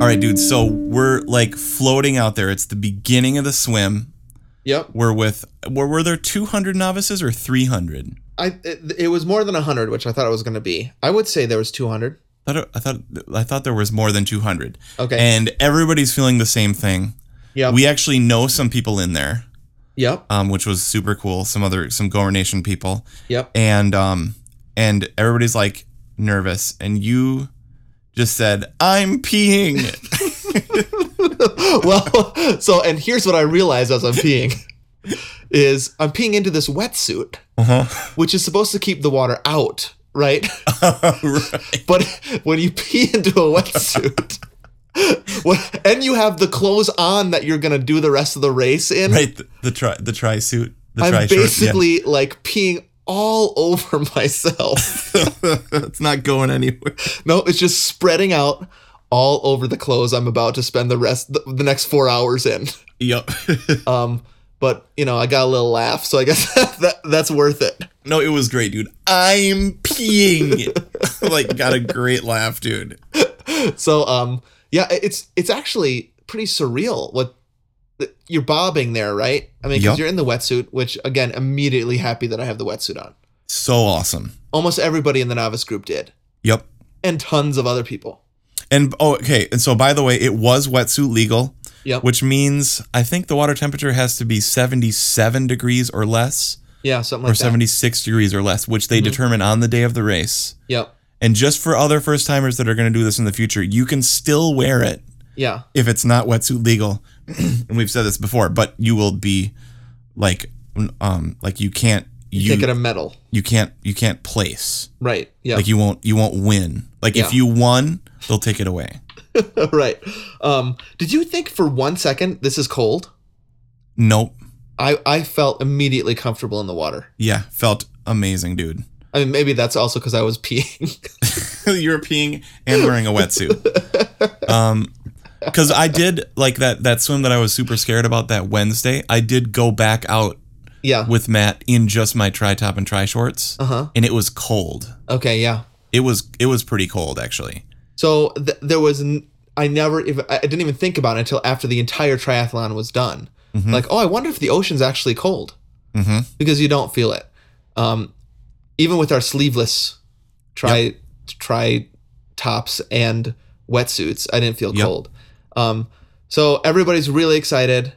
B: All right, dude. So we're like floating out there. It's the beginning of the swim.
C: Yep,
B: We're with were were there 200 novices or 300?
C: I it, it was more than hundred, which I thought it was going to be. I would say there was two hundred.
B: I thought I thought I thought there was more than 200.
C: Okay.
B: And everybody's feeling the same thing.
C: yep.
B: We actually know some people in there,
C: yep.
B: um, which was super cool. Some other some Gomer Nation people,
C: Yep.
B: and um, and everybody's like nervous, and you just said, "I'm peeing."
C: well, so and here's what I realized as I'm peeing, is I'm peeing into this wetsuit,
B: Uh-huh.
C: which is supposed to keep the water out, right?
B: right.
C: But when you pee into a wetsuit, when, and you have the clothes on that you're gonna do the rest of the race in,
B: Right. The, the tri the tri suit. The
C: I'm
B: tri-shirt, yeah.
C: basically like peeing all over myself.
B: it's not going anywhere.
C: no, it's just spreading out all over the clothes I'm about to spend the rest the, the next 4 hours in.
B: Yep.
C: Um but you know, I got a little laugh, so I guess that that's worth it.
B: no, it was great, dude. I'm peeing. like, got a great laugh, dude.
C: So um yeah, it- it's it's actually pretty surreal what you're bobbing there, right? I mean, because
B: Yup.
C: you're in the wetsuit, which again, immediately happy that I have the wetsuit on.
B: So awesome.
C: Almost everybody in the novice group did,
B: Yep.
C: and tons of other people.
B: And oh, okay. And so, by the way, it was wetsuit legal,
C: Yep.
B: which means I think the water temperature has to be 77 degrees or less
C: Yeah, something like
B: or
C: that. Mm-hmm.
B: 76 degrees or less, which they determine on the day of the race.
C: Yep.
B: And just for other first timers that are going to do this in the future, you can still wear it
C: Yeah.
B: if it's not wetsuit legal. and we've said this before, but you will be like, um, like you can't
C: You,
B: you
C: can't get a medal.
B: you can't you can't place.
C: Right. Yeah.
B: Like you won't you won't win. Like if
C: Yeah.
B: you won, they'll take it away.
C: right. Um, did you think for one second this is cold?
B: Nope.
C: I, I felt immediately comfortable in the water.
B: Yeah, felt amazing, dude.
C: I mean, maybe that's also because I was peeing.
B: You're peeing and wearing a wetsuit. Um, because I did like that that swim that I was super scared about that Wednesday. I did go back out
C: yeah.
B: with Matt in just my tri top and tri shorts,
C: Uh huh.
B: and it was cold.
C: Okay. Yeah.
B: It was it was pretty cold actually.
C: So th- there was, n- I never, ev- I I didn't even think about it until after the entire triathlon was done.
B: Mhm.
C: Like, oh, I wonder if the ocean's actually cold
B: Mm-hmm.
C: because you don't feel it. Um, even with our sleeveless tri tri tops and wetsuits, I didn't feel
B: Yep.
C: cold. Um, so everybody's really excited.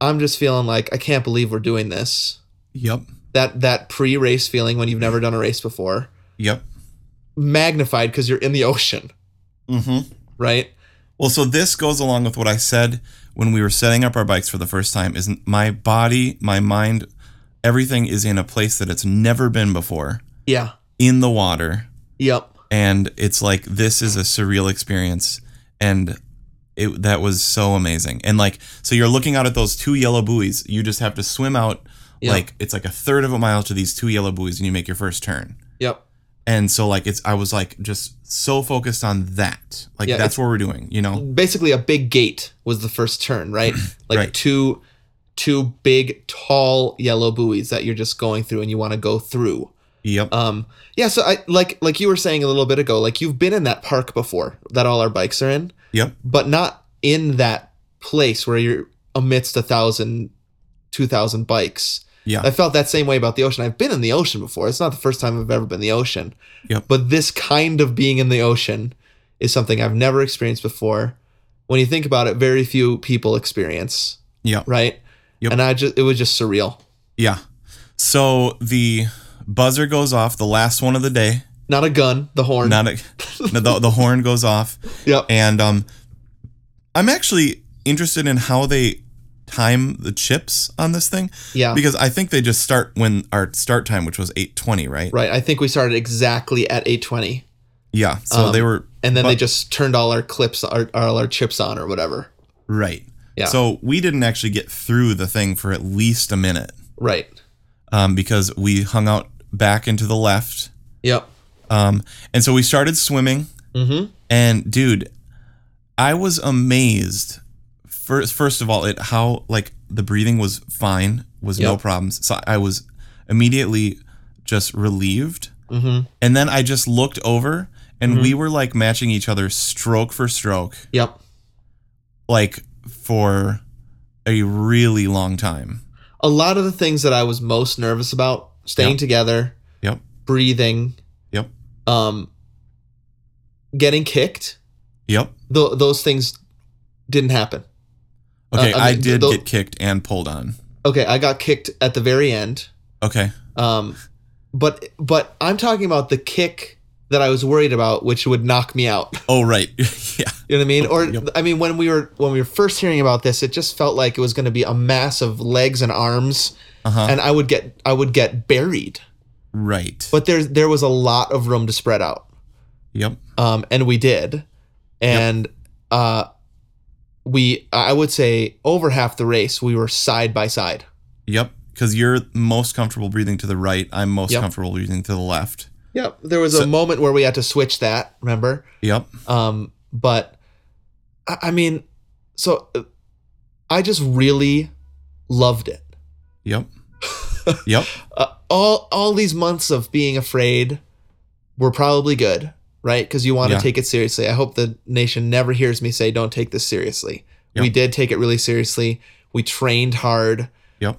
C: I'm just feeling like I can't believe we're doing this.
B: Yep.
C: That that pre race feeling when you've never done a race before
B: Yep.
C: magnified because you're in the ocean,
B: Mm-hmm.
C: right?
B: Well, so this goes along with what I said when we were setting up our bikes for the first time is my body, my mind, everything is in a place that it's never been before
C: Yeah.
B: in the water
C: Yep.
B: and it's like this is a surreal experience and it that was so amazing. And like so you're looking out at those two yellow buoys, you just have to swim out
C: Yeah.
B: like it's like a third of a mile to these two yellow buoys and you make your first turn.
C: Yep.
B: And so like it's I was like just so focused on that. Like
C: Yeah,
B: that's what we're doing, you know?
C: basically a big gate was the first turn, right? Like
B: Right.
C: two two big tall yellow buoys that you're just going through and you want to go through.
B: Yep.
C: Um yeah, so I like like you were saying a little bit ago, like you've been in that park before that all our bikes are in,
B: Yep.
C: but not in that place where you're amidst a thousand, two thousand bikes.
B: Yeah.
C: I felt that same way about the ocean. I've been in the ocean before. It's not the first time I've ever been in the ocean.
B: Yep.
C: But this kind of being in the ocean is something I've never experienced before. When you think about it, very few people experience,
B: Yeah.
C: right?
B: Yep.
C: And I just it was just surreal.
B: Yeah. So the buzzer goes off, the last one of the day.
C: Not a gun, the horn.
B: Not a, no, the, the horn goes off,
C: yep.
B: and um, I'm actually interested in how they time the chips on this thing
C: yeah.
B: because I think they just start when our start time, which was 8:20, right?
C: right. I think we started exactly at 820
B: Yeah. So
C: Um,
B: they were
C: and then they
B: But-
C: just turned all our clips our, all our chips on or whatever.
B: right.
C: Yeah.
B: So we didn't actually get through the thing for at least a minute
C: Right.
B: um, because we hung out back into the left,
C: Yep.
B: um, and so we started swimming.
C: Mhm.
B: And dude, I was amazed. First, first of all, at how like the breathing was fine, was no
C: Yep.
B: problems. So I was immediately just relieved.
C: Mhm.
B: And then I just looked over, and
C: Mm-hmm.
B: we were like matching each other stroke for stroke,
C: Yep.
B: like for a really long time.
C: a lot of the things that I was most nervous about staying
B: Yep.
C: together,
B: Yep.
C: breathing,
B: Yep.
C: um, getting kicked.
B: Yep.
C: Th- those things didn't happen.
B: Okay,
C: Uh, I
B: I,
C: mean,
B: did
C: the-
B: get kicked and pulled on.
C: Okay, I got kicked at the very end.
B: Okay.
C: Um, but but I'm talking about the kick that I was worried about, which would knock me out.
B: Oh right. yeah.
C: You know what I mean? Or
B: Oh, Yep.
C: I mean, when we were when we were first hearing about this, it just felt like it was going to be a mass of legs and arms,
B: Uh huh.
C: and I would get I would get buried.
B: Right.
C: But there there was a lot of room to spread out.
B: Yep.
C: um, and we did, and uh, we I would say over half the race we were side by side.
B: Yep. Because you're most comfortable breathing to the right. I'm most
C: Yep.
B: comfortable breathing to the left.
C: Yep, there was a
B: So-
C: moment where we had to switch that. Remember,
B: Yep.
C: um, but I, I mean, so uh, I just really loved it.
B: Yep. yep.
C: Uh, all all these months of being afraid were probably good, right? Because you want to
B: Yeah.
C: take it seriously. I hope the nation never hears me say, "Don't take this seriously."
B: Yep.
C: We did take it really seriously. We trained hard.
B: Yep.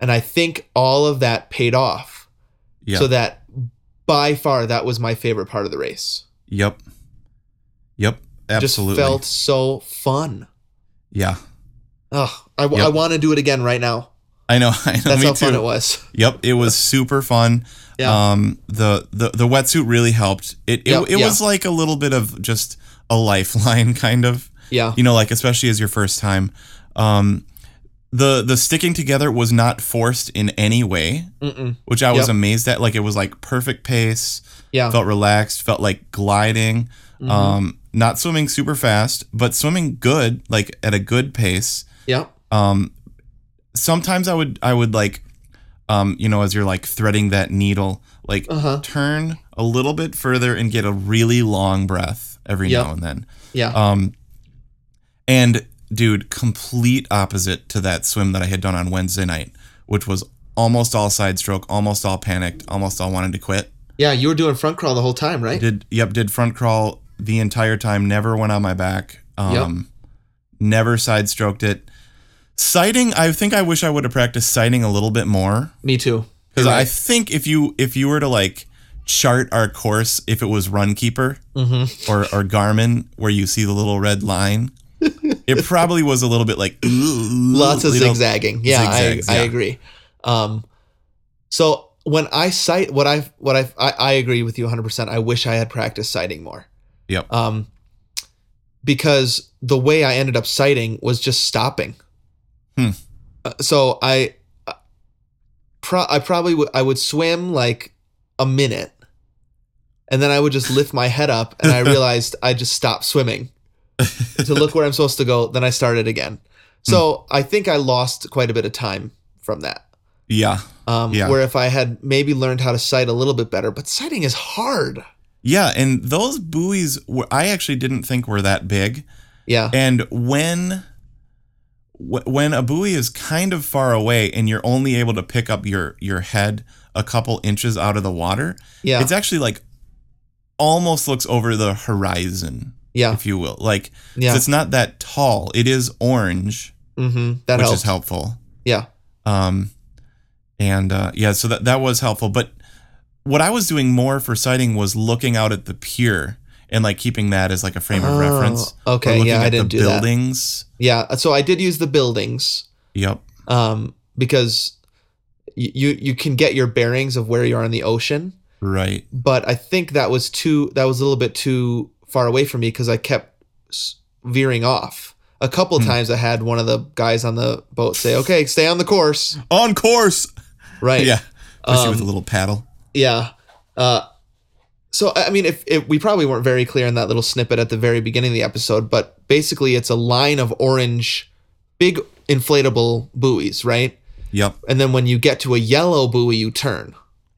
C: And I think all of that paid off.
B: Yeah.
C: So that by far that was my favorite part of the race.
B: Yep. Yep. Absolutely.
C: Just felt so fun.
B: yeah.
C: Ugh, I,
B: Yep.
C: want to do it again right now.
B: I know. I know.
C: That's
B: me
C: how
B: too.
C: fun it was.
B: Yep, it was super fun.
C: Yeah.
B: Um, the, the the wetsuit really helped. It it,
C: Yep,
B: it
C: yeah.
B: was like a little bit of just a lifeline, kind of.
C: Yeah.
B: You know, like especially as your first time. Um, the the sticking together was not forced in any way,
C: Mm-mm.
B: which I was
C: Yep.
B: amazed at. Like it was like perfect pace.
C: Yeah. Mm-hmm.
B: Felt relaxed. Felt like gliding. Um, not swimming super fast, but swimming good, like at a good pace
C: yeah.
B: um sometimes i would i would like um you know as you're like threading that needle like
C: Uh-huh.
B: turn a little bit further and get a really long breath every
C: Yep.
B: now and then
C: Yeah.
B: um and dude complete opposite to that swim that i had done on wednesday night which was almost all side stroke almost all panicked almost all wanted to quit
C: yeah. You were doing front crawl the whole time, right?
B: did yep did front crawl the entire time never went on my back um never side stroked it sighting i think i wish i would have practiced sighting a little bit more
C: Me too.
B: because
C: You're
B: i
C: right.
B: think if you if you were to like chart our course if it was runkeeper
C: Mm-hmm.
B: or or garmin where you see the little red line it probably was a little bit like lots
C: lots of zigzagging. Yeah, I-
B: zigzags,
C: I,
B: yeah.
C: agree. Um, so when I cite what I what I I, I agree with you 100. percent I wish I had practiced citing more.
B: Yep.
C: Um, because the way I ended up citing was just stopping.
B: Hmm.
C: Uh, so I, uh, pro- I probably would I would swim like a minute. And then I would just lift my head up, and I realized I just stopped swimming to look where I'm supposed to go. Then I started again. So
B: Hmm.
C: I think I lost quite a bit of time from that.
B: yeah
C: Um,
B: Yeah.
C: Where if I had maybe learned how to sight a little bit better, but sighting is hard.
B: yeah and those buoys were i actually didn't think were that big
C: Yeah.
B: And when wh- when a buoy is kind of far away and you're only able to pick up your your head a couple inches out of the water,
C: Yeah.
B: it's actually like almost looks over the horizon,
C: Yeah.
B: if you will. Like 'cause
C: Yeah.
B: it's not that tall. It is orange,
C: hmm That
B: which
C: helps.
B: is helpful.
C: Yeah.
B: Um, and uh, yeah, so that that was helpful. But what I was doing more for sighting was looking out at the pier and like keeping that as like a frame
C: Oh,
B: of reference. Or
C: okay,
B: looking
C: yeah, I
B: at
C: didn't
B: the
C: do that.
B: buildings.
C: Yeah. uh, So I did use the buildings
B: Yep.
C: um, because y- you you can get your bearings of where you are in the ocean,
B: Right.
C: but I think that was too that was a little bit too far away from me because I kept s- veering off. A couple
B: Hmm.
C: times I had one of the guys on the boat say, "Okay, stay on the course."
B: On course.
C: Right.
B: Yeah. Especially with a
C: Um,
B: little paddle.
C: Yeah. Uh, so I I mean, if, if we probably weren't very clear in that little snippet at the very beginning of the episode, but basically it's a line of orange, big inflatable buoys, right?
B: Yep.
C: And then when you get to a yellow buoy, you turn,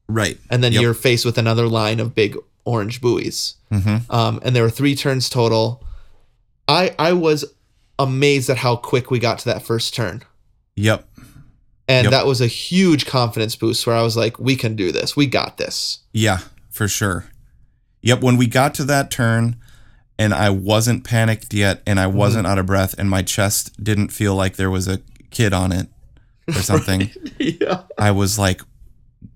B: Right.
C: and then
B: Yep.
C: you're faced with another line of big orange buoys.
B: Mm-hmm.
C: Um, and there were three turns total. I I was amazed at how quick we got to that first turn.
B: Yep.
C: And
B: Yep.
C: that was a huge confidence boost where I was like, we can do this. We got this.
B: Yeah, for sure. Yep. When we got to that turn and I wasn't panicked yet and
C: Mm-hmm.
B: I wasn't out of breath and my chest didn't feel like there was a kid on it or something,
C: yeah.
B: I was like,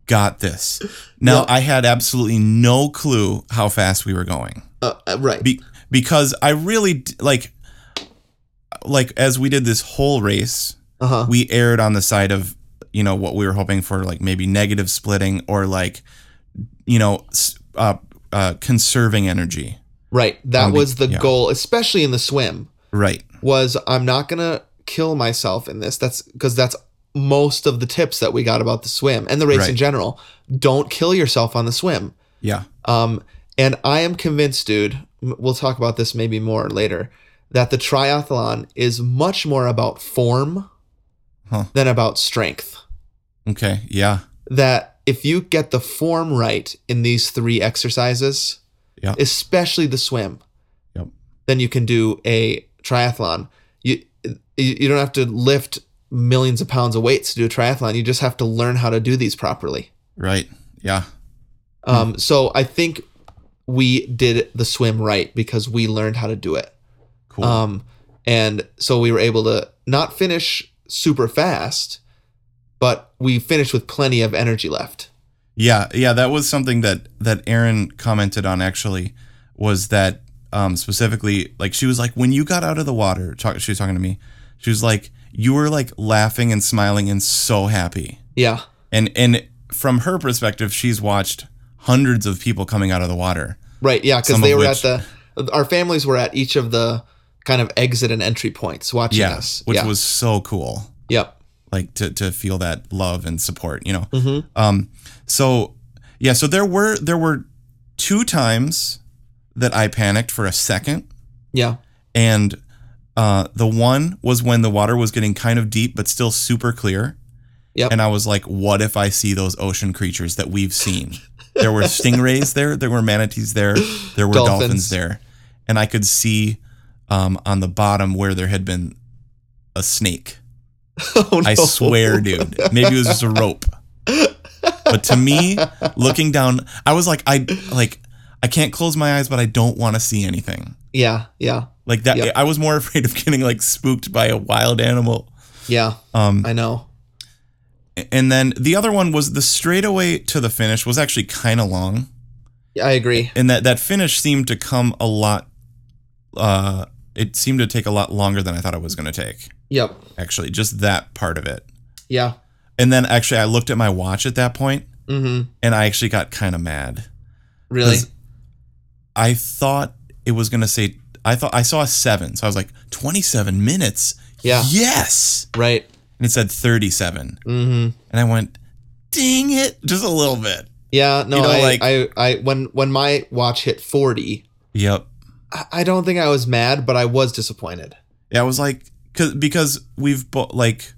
B: got this. Now,
C: Yep.
B: I had absolutely no clue how fast we were going.
C: Uh, uh, right.
B: Be- because I really d- like like as we did this whole race,
C: Uh huh.
B: we erred on the side of you know what we were hoping for like maybe negative splitting or like you know s- uh, uh, conserving energy
C: Right. That
B: Um, be-
C: was the
B: yeah.
C: goal, especially in the swim,
B: right
C: was I'm not going to kill myself in this. That's because that's most of the tips that we got about the swim and the race in
B: Right.
C: general. Don't kill yourself on the swim.
B: yeah
C: Um, and I am convinced, dude, m- we'll talk about this maybe more later, that the triathlon is much more about form
B: Huh.
C: than about strength.
B: okay yeah
C: That if you get the form right in these three exercises,
B: Yeah.
C: especially the swim,
B: Yep.
C: then you can do a triathlon. You you you don't have to lift millions of pounds of weights to do a triathlon. You just have to learn how to do these properly.
B: right yeah
C: Um, so I think we did the swim right because we learned how to do it.
B: cool
C: Um, and so we were able to not finish super fast, but we finished with plenty of energy left.
B: yeah yeah that was something that that Erin commented on actually was that um specifically like she was like when you got out of the water talk, she was talking to me she was like you were like laughing and smiling and so happy.
C: Yeah.
B: And and from her perspective, she's watched hundreds of people coming out of the water.
C: Right. Yeah. Because
B: Some
C: they
B: of
C: were
B: which-
C: at the, our families were at each of the kind of exit and entry points watching
B: Yeah,
C: us.
B: which
C: yeah.
B: was so cool.
C: Yep.
B: like to to feel that love and support you know
C: Mm-hmm.
B: um so yeah so there were there were two times that i panicked for a second
C: Yeah.
B: and uh the one was when the water was getting kind of deep but still super clear
C: Yep.
B: and i was like what if i see those ocean creatures that we've seen there were stingrays there there were manatees there there were dolphins,
C: Dolphins.
B: there and i could see um on the bottom where there had been a snake
C: Oh,
B: I
C: no.
B: swear, dude. Maybe it was just a rope. But to me, looking down, I was like, I like, I can't close my eyes, but I don't want to see anything.
C: Yeah. Yeah.
B: Like that,
C: Yeah.
B: I was more afraid of getting like spooked by a wild animal.
C: Yeah.
B: Um,
C: I know.
B: and then the other one was the straightaway to the finish was actually kind of long,
C: I agree.
B: and that that finish seemed to come a lot. Uh, it seemed to take a lot longer than I thought it was going to take.
C: Yep.
B: Actually, just that part of it.
C: Yeah.
B: And then actually, I looked at my watch at that point,
C: Mm-hmm.
B: and I actually got kind of mad.
C: Really?
B: 'Cause I thought it was gonna say I thought I saw a seven, so I was like twenty-seven minutes.
C: Yeah.
B: Yes,
C: Right.
B: and it said thirty-seven,
C: Mm-hmm.
B: and I went, "Dang it!" Just a little bit.
C: Yeah. No.
B: You know,
C: I,
B: like-
C: I. I. When when my watch hit forty,
B: Yep.
C: I, I don't think I was mad, but I was disappointed.
B: Yeah, I was like, cause, because we've bo- like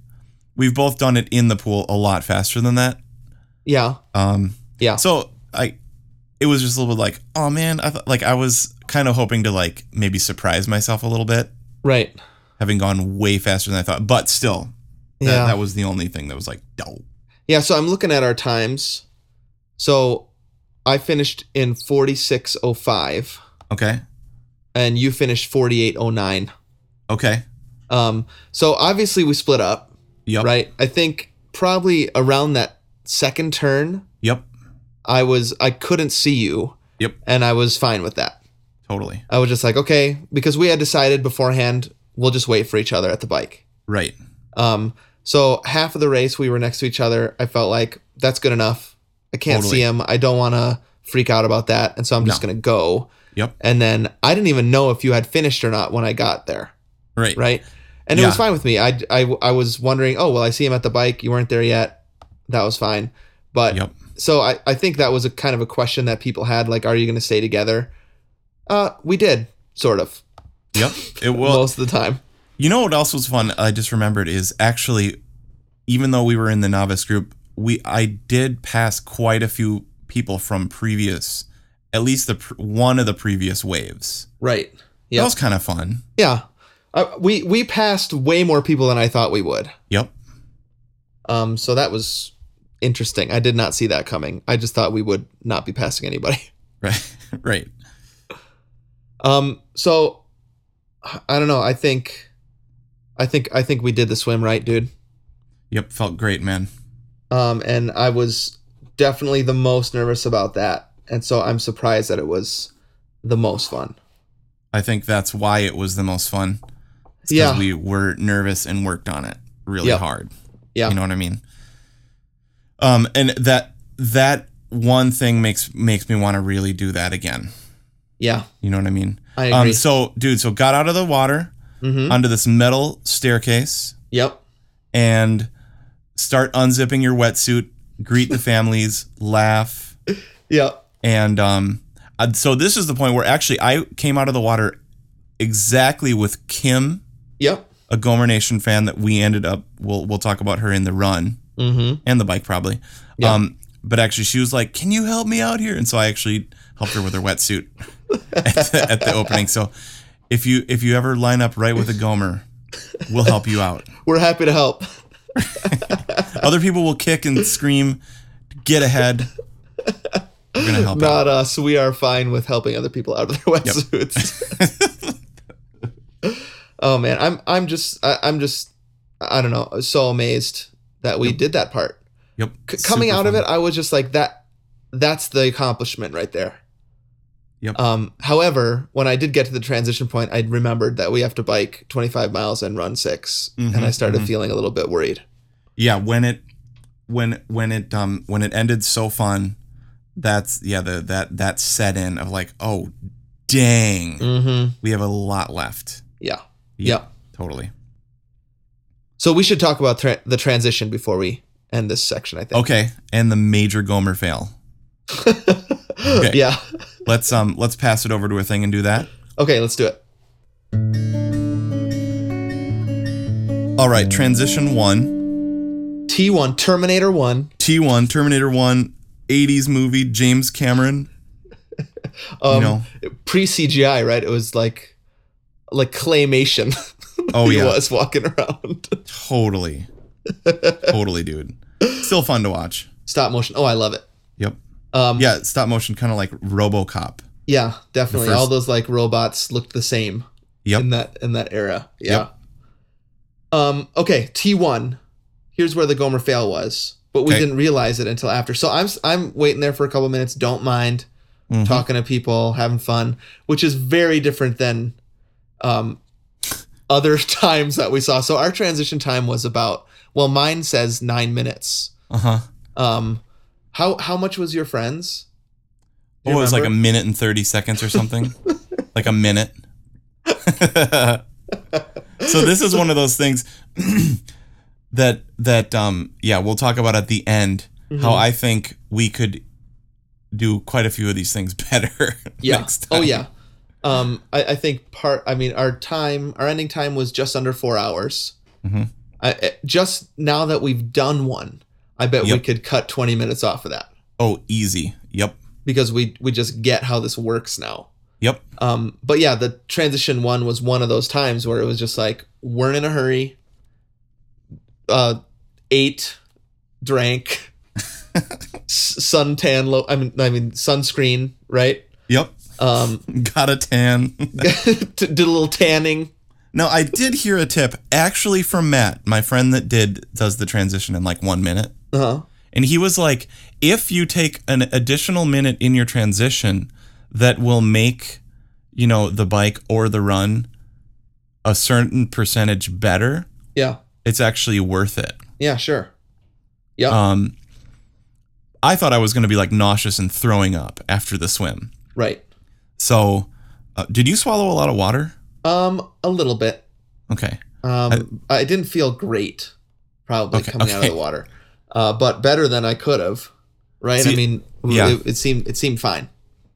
B: we've both done it in the pool a lot faster than that.
C: Yeah.
B: Um,
C: Yeah.
B: So I, it was just a little bit like, oh man, I thought like I was kind of hoping to like maybe surprise myself a little bit,
C: Right.
B: having gone way faster than I thought. But still, that,
C: yeah.
B: that was the only thing that was like, dope.
C: Yeah, so I'm looking at our times. So I finished in 4605
B: Okay.
C: and you finished 4809.
B: Okay.
C: Um so obviously we split up,
B: Yep.
C: right? I think probably around that second turn
B: Yep.
C: I was I couldn't see you.
B: Yep.
C: And I was fine with that.
B: Totally.
C: I was just like, okay, because we had decided beforehand we'll just wait for each other at the bike.
B: Right.
C: Um so half of the race we were next to each other. I felt like that's good enough. I can't
B: Totally.
C: see him. I don't want to freak out about that, and so I'm just
B: No.
C: going to go.
B: Yep.
C: And then I didn't even know if you had finished or not when I got there,
B: Right.
C: right? And it
B: Yeah.
C: was fine with me. I, I I was wondering, oh, well, I see him at the bike. You weren't there yet. That was fine. But
B: Yep.
C: so I, I think that was a kind of a question that people had like, are you going to stay together? Uh, we did, sort of,
B: Yep. It will.
C: most of the time.
B: You know what else was fun? I just remembered is actually, even though we were in the novice group, we I did pass quite a few people from previous, at least the pr- one of the previous waves.
C: Right.
B: That
C: Yep.
B: was kind of fun.
C: Yeah. Uh, we we passed way more people than I thought we would.
B: Yep.
C: Um, so that was interesting. I did not see that coming. I just thought we would not be passing anybody.
B: Right. right.
C: Um, so I don't know. I think, I think, I think we did the swim right, dude.
B: Yep. Felt great, man.
C: Um, and I was definitely the most nervous about that, and so I'm surprised that it was the most fun.
B: I think that's why it was the most fun. It's 'cause
C: Yeah.
B: we were nervous and worked on it really
C: Yep.
B: hard.
C: Yeah.
B: You know what I mean? Um, and that that one thing makes makes me want to really do that again.
C: Yeah,
B: You know what I mean?
C: I agree.
B: Um, so dude, so got out of the water
C: mm-hmm.
B: onto this metal staircase
C: Yep.
B: and start unzipping your wetsuit, greet the families, laugh,
C: Yep.
B: and um, uh, so this is the point where actually I came out of the water exactly with Kim
C: Yep.
B: a Gomer Nation fan that we ended up. We'll we'll talk about her in the run
C: Mm-hmm.
B: and the bike probably.
C: Yeah.
B: Um, but actually, she was like, "Can you help me out here?" And so I actually helped her with her wetsuit at, the, at the opening. So if you if you ever line up right with a Gomer, we'll help you out.
C: We're happy to help.
B: Other people will kick and scream, "Get ahead!" We're gonna help out.
C: Not us. We are fine with helping other people out of their wetsuits. oh man, I'm I'm just I, I'm just I don't know. So amazed that we did that part.
B: Yep.
C: C- coming
B: Super
C: out of
B: fun.
C: it, I was just like that. That's the accomplishment right there.
B: Yep.
C: Um, however, when I did get to the transition point, I remembered that we have to bike 25 miles and run 6 and I
B: Mhm,
C: started feeling a little bit worried.
B: yeah when it when when it um when it ended so fun that's yeah the that that set in of like oh dang
C: Mm-hmm.
B: we have a lot left
C: Yeah.
B: Yeah.
C: yeah.
B: totally
C: So we should talk about tra- the transition before we end this section. I think.
B: okay and the major gomer fail okay.
C: Yeah.
B: let's um let's pass it over to a thing and do that
C: Okay. Let's do it.
B: all right transition one
C: T1 Terminator One.
B: T1, Terminator 1, 80s movie, James Cameron.
C: Um,
B: you know,
C: Pre CGI, right? It was like, like claymation.
B: oh
C: he
B: yeah,
C: was walking around.
B: totally, totally, dude. Still fun to watch.
C: Stop motion. Oh, I love it.
B: Yep.
C: Um,
B: Yeah, stop motion, kind of like RoboCop.
C: Yeah, definitely.
B: The first-
C: All those like robots looked the same.
B: Yep.
C: In that in that era. Yeah. Um. Okay. T one. Here's where the Gomer fail was, but we
B: Okay.
C: didn't realize it until after. So I'm s- I'm waiting there for a couple minutes. Don't mind
B: Mhm.
C: talking to people, having fun, which is very different than um other times that we saw. So our transition time was about well, mine says nine minutes.
B: Uh huh.
C: Um, how how much was your friends? Do
B: Oh,
C: you
B: it was like a
C: remember?
B: minute and thirty seconds or something, like a minute. so this is one of those things that that um yeah we'll talk about at the end how
C: Mm-hmm.
B: I think we could do quite a few of these things better
C: yeah.
B: next time.
C: Oh yeah. Um, I, I think part. I mean, our time, our ending time was just under four hours.
B: Mhm.
C: I, I- just now that we've done one, I bet we
B: Yep.
C: could cut twenty minutes off of that
B: Oh, easy. Yep.
C: because we we just get how this works now.
B: Yep.
C: Um, but yeah, the transition one was one of those times where it was just like we're in a hurry. Uh, ate, drank, s- suntan. Lo- I mean, I mean sunscreen. Right.
B: Yep.
C: Um,
B: Got a tan.
C: t- did a little tanning.
B: no, I did hear a tip actually from Matt, my friend that did does the transition in like one minute.
C: Uh-huh.
B: And he was like, if you take an additional minute in your transition that will make, you know, the bike or the run a certain percentage better,
C: Yeah.
B: it's actually worth it.
C: Yeah, sure. Yep.
B: Um, I thought I was going to be like nauseous and throwing up after the swim.
C: right.
B: So, uh, did you swallow a lot of water?
C: Um, a little bit.
B: Okay.
C: Um, I, didn't feel great, probably
B: Okay,
C: coming out of
B: okay.
C: the water, uh, but better than I could have. Right. I
B: See,
C: mean,
B: yeah.
C: it, it seemed it seemed fine.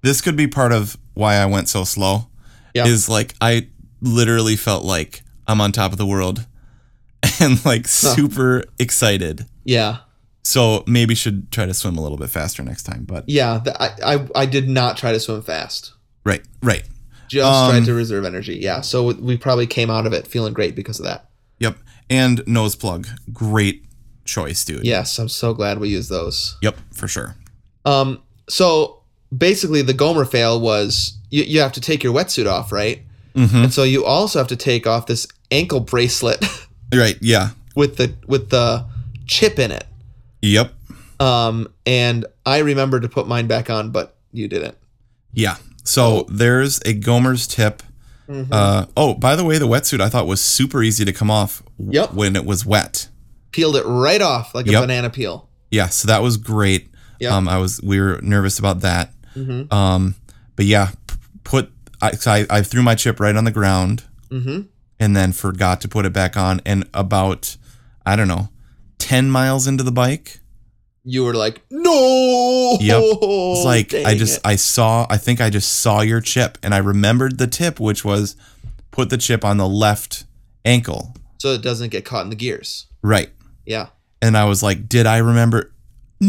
B: This could be part of why I went so slow.
C: Yeah.
B: Is like I literally felt like I'm on top of the world and like super excited.
C: Yeah.
B: So maybe should try to swim a little bit faster next time. But
C: Yeah. The, I, I I did not try to swim fast.
B: right, right.
C: Just
B: Um,
C: tried to reserve energy. Yeah. So we probably came out of it feeling great because of that.
B: Yep. And nose plug. Great choice, dude.
C: Yes, I'm so glad we used those.
B: Yep, for sure.
C: Um, so basically, the Gomer fail was you, you have to take your wetsuit off, right?
B: Mm-hmm.
C: And so you also have to take off this ankle bracelet
B: Right. Yeah.
C: with the with the chip in it.
B: Yep.
C: Um, and I remembered to put mine back on, but you didn't.
B: Yeah.
C: Oh.
B: So there's a Gomer's tip.
C: Mm-hmm.
B: Uh, oh, by the way, the wetsuit I thought was super easy to come off w-
C: Yep.
B: when it was wet.
C: Peeled it right off like a
B: Yep.
C: banana peel.
B: Yeah, so that was great.
C: Yeah.
B: Um, I was we were nervous about that.
C: Mhm.
B: Um, but yeah, p- put I, so I I threw my chip right on the ground
C: Mm-hmm.
B: and then forgot to put it back on. And about I don't know, ten miles into the bike,
C: You were like, no.
B: Yep. it's like I
C: Oh, dang
B: just
C: it."
B: I saw I think I just saw your chip and I remembered the tip, which was put the chip on the left ankle,
C: so it doesn't get caught in the gears.
B: right.
C: Yeah.
B: and I was like, "Did I remember?"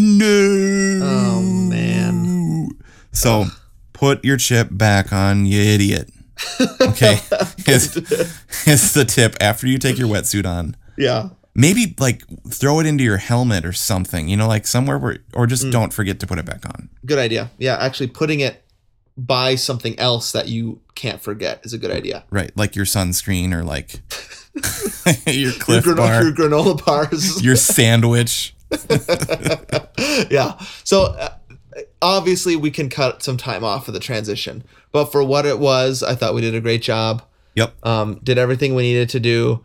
B: No.
C: Oh, man.
B: So put your chip back on, you idiot. Okay, it's, it's the tip after you take your wetsuit on.
C: Yeah.
B: Maybe like throw it into your helmet or something. You know, like somewhere where, or
C: Mm.
B: just don't forget to put it back on.
C: Good idea. Yeah. Actually, putting it by something else that you can't forget is a good idea.
B: Right, like your sunscreen or like your
C: Your,
B: Cliff
C: gran-
B: bar,
C: your granola bars.
B: your sandwich.
C: yeah. So uh, obviously we can cut some time off for the transition, but for what it was, I thought we did a great job.
B: Yep.
C: Um, did everything we needed to do,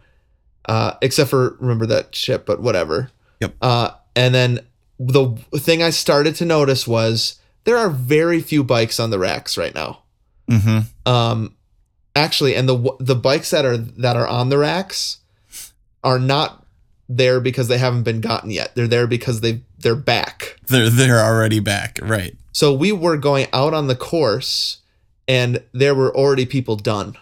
C: uh, except for remember that ship, but whatever.
B: Yep.
C: Uh, and then the thing I started to notice was there are very few bikes on the racks right now.
B: Mm-hmm.
C: Um, actually, and the the bikes that are that are on the racks are not there because they haven't been gotten yet. They're there because they they're back.
B: They're they're already back. Right.
C: So we were going out on the course, and there were already people done.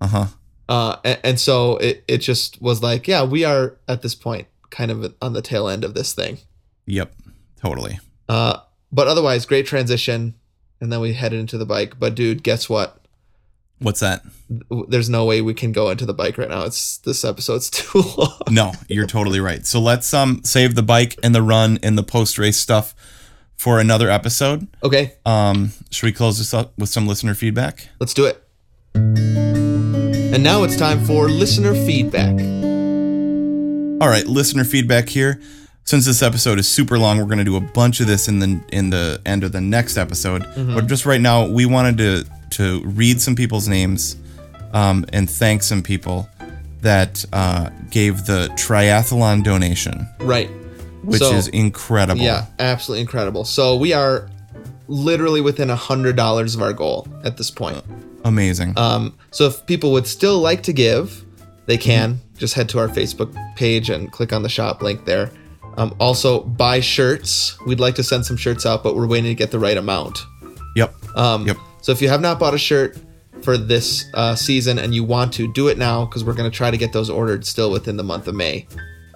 B: Uh huh.
C: Uh, a- and, so it, it just was like, yeah, we are at this point kind of on the tail end of this thing.
B: Yep. Totally.
C: Uh, but otherwise, great transition. And then we headed into the bike. But dude, guess what?
B: What's that?
C: W- There's no way we can go into the bike right now. It's this episode's too long.
B: No, you're totally right. So let's um save the bike and the run and the post race stuff for another episode.
C: Okay,
B: Um, should we close this up with some listener feedback?
C: let's do it. And now it's time for listener feedback.
B: All right, listener feedback here. Since this episode is super long, we're going to do a bunch of this in the in the end of the next episode.
C: Mm-hmm.
B: But just right now, we wanted to to read some people's names um, and thank some people that uh, gave the triathlon donation,
C: Right.
B: which
C: So-
B: is incredible.
C: Yeah, absolutely incredible. So we are literally within a hundred dollars of our goal at this point.
B: amazing.
C: Um, so if people would still like to give, they can just head to our Facebook page and click on the shop link there. Um, also, buy shirts. We'd like to send some shirts out, but we're waiting to get the right amount.
B: yep.
C: Um,
B: Yep.
C: So if you have not bought a shirt for this uh, season and you want to, do it now because we're going to try to get those ordered still within the month of May.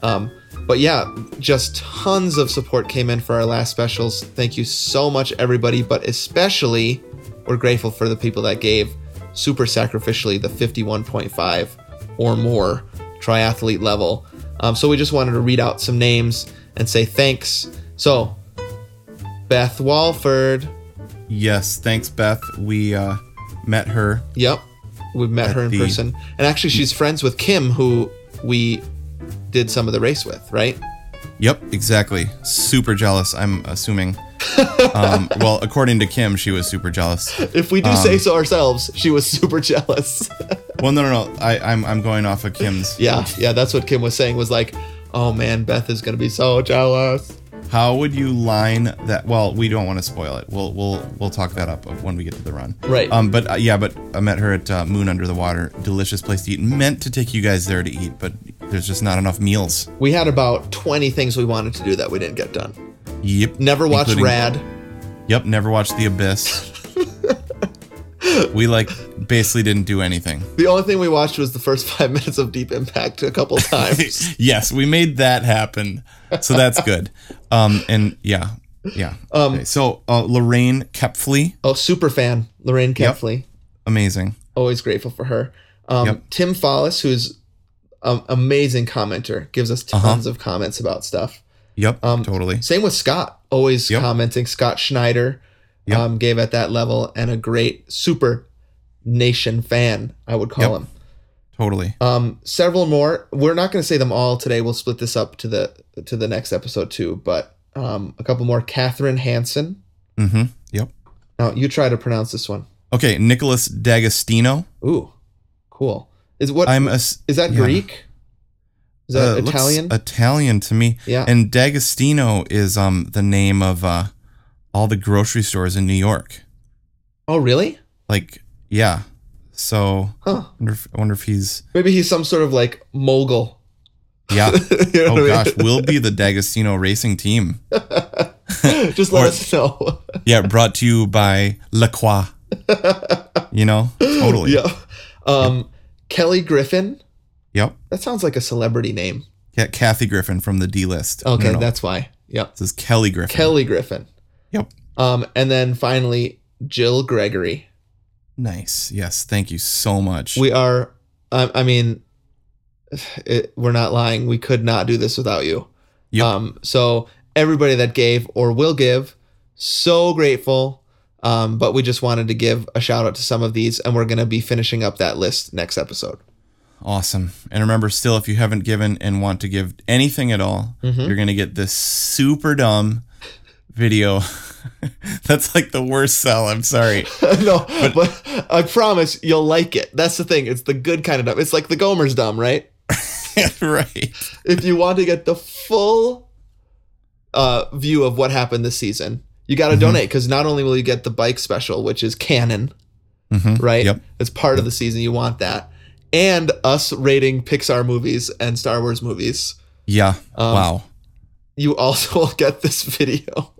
C: Um, but yeah, just tons of support came in for our last specials. Thank you so much, everybody. But especially, we're grateful for the people that gave super sacrificially the 51.5 or more triathlete level. Um, so we just wanted to read out some names and say thanks. So, Beth Walford.
B: yes. Thanks, Beth. We uh, met her.
C: Yep. We've met her in
B: the-
C: person. And actually, she's friends with Kim, who we did some of the race with, right?
B: Yep. Exactly. Super jealous. I'm assuming. um, well, according to Kim, she was super jealous.
C: If we do
B: Um,
C: say so ourselves, she was super jealous.
B: Well, no, no, no. I, I'm I'm going off of Kim's.
C: yeah, yeah, that's what Kim was saying was like, oh man, Beth is going to be so jealous.
B: How would you line that? Well, we don't want to spoil it. We'll we'll we'll talk that up when we get to the run.
C: Right.
B: Um. But uh, yeah. But I met her at uh, Moon Under the Water. Delicious place to eat. Meant to take you guys there to eat, but there's just not enough meals.
C: We had about 20 things we wanted to do that we didn't get done.
B: Yep.
C: Never watched
B: Including-
C: Rad.
B: Yep. Never watched The Abyss. we like basically didn't do anything.
C: The only thing we watched was the first five minutes of Deep Impact a couple times.
B: yes, we made that happen. So that's good. Um, and yeah, yeah.
C: Um,
B: okay, so uh, Lorraine Kepfley,
C: oh, super fan, Lorraine Kefley.
B: amazing.
C: always grateful for her. Um,
B: Yep.
C: Tim Follis, who's an amazing commenter, gives us
B: Uh-huh.
C: tons of comments about stuff.
B: Yep,
C: Um,
B: totally.
C: Same with Scott, always
B: Yep.
C: commenting. Scott Schneider
B: Yep.
C: um, gave at that level and a great super nation fan, I would call
B: Yep.
C: him.
B: Totally.
C: Um, several more. We're not going to say them all today. We'll split this up to the to the next episode too. But um, a couple more. Catherine Hansen.
B: Mm-hmm. Yep.
C: Now you try to pronounce this one.
B: Okay, Nicholas D'Agostino.
C: Ooh, cool. Is what
B: I'm a s-
C: Is that
B: yeah.
C: Greek? Is that
B: uh, looks
C: Italian?
B: Italian to me.
C: Yeah.
B: And D'Agostino is um the name of uh all the grocery stores in New York.
C: oh, really?
B: Like yeah. So
C: Huh.
B: I wonder if, I wonder if he's
C: Maybe he's some sort of like mogul.
B: yeah.
C: You know
B: oh
C: what I
B: gosh, we'll be the D'Agostino racing team.
C: mean? Just let
B: Or-
C: us know.
B: Yeah, brought to you by La Croix. You know, totally.
C: yeah. Um, Kelly Griffin.
B: Yep.
C: That sounds like a celebrity name.
B: Yeah, Kathy Griffin from the D list. No,
C: Okay,
B: no,
C: that's why. Yeah.
B: this is Kelly Griffin.
C: Kelly Griffin.
B: Yep.
C: Um, and then finally Jill Gregory.
B: Nice. Yes. Thank you so much.
C: We are. um, I, I mean, it, we're not lying. We could not do this without you.
B: Yep.
C: Um, so everybody that gave or will give, so grateful. Um, but we just wanted to give a shout out to some of these, and we're gonna be finishing up that list next episode.
B: Awesome. And remember, still, if you haven't given and want to give anything at all,
C: Mhm.
B: you're going to get this super dumb video. That's like the worst sell. I'm sorry.
C: no, but, I promise you'll like it. That's the thing. It's the good kind of dumb. It's like the Gomer's dumb, right?
B: right.
C: If you want to get the full uh, view of what happened this season, you got to donate because not only will you get the bike special, which is canon,
B: Mhm.
C: right?
B: Yep.
C: It's part of the season. You want that. And us rating Pixar movies and Star Wars movies.
B: Yeah.
C: Um,
B: wow.
C: You also will get this video.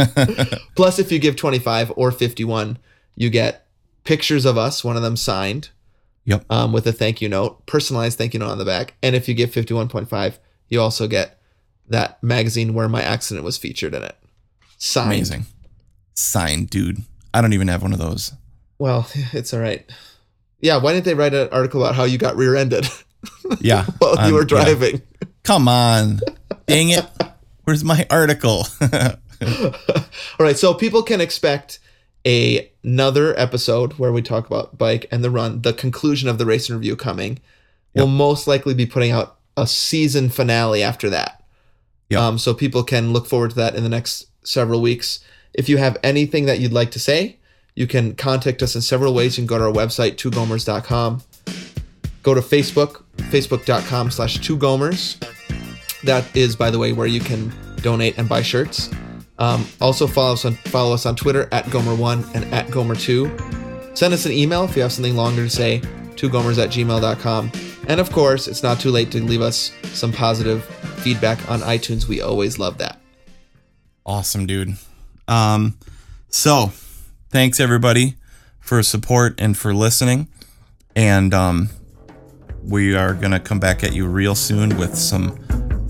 C: Plus, if you give 25 or 51, you get pictures of us, one of them signed.
B: Yep.
C: Um, with a thank you note, personalized thank you note on the back. And if you give 51.5, you also get that magazine where my accident was featured in it. Signed.
B: Amazing. Signed, dude. I don't even have one of those.
C: Well, it's all right. Yeah, why didn't they write an article about how you got rear ended
B: Yeah.
C: while
B: I'm-
C: you were
B: Um, yeah.
C: driving?
B: Come on. Dang it. Where's my article?
C: All right, so people can expect a- another episode where we talk about bike and the run, the conclusion of the race and review coming. We'll most likely be putting out a season finale after that.
B: Yep.
C: Um, so people can look forward to that in the next several weeks. If you have anything that you'd like to say, you can contact us in several ways. You can go to our website, twogomers.com. Go to Facebook, facebook.com slash twogomers. That is, by the way, where you can donate and buy shirts. Um, also follow us on follow us on Twitter at Gomer1 and at Gomer2. Send us an email if you have something longer to say, two gomers at gmail.com. And of course, it's not too late to leave us some positive feedback on iTunes. We always love that.
B: Awesome, dude. Um, so thanks everybody for support and for listening. And um, we are gonna come back at you real soon with some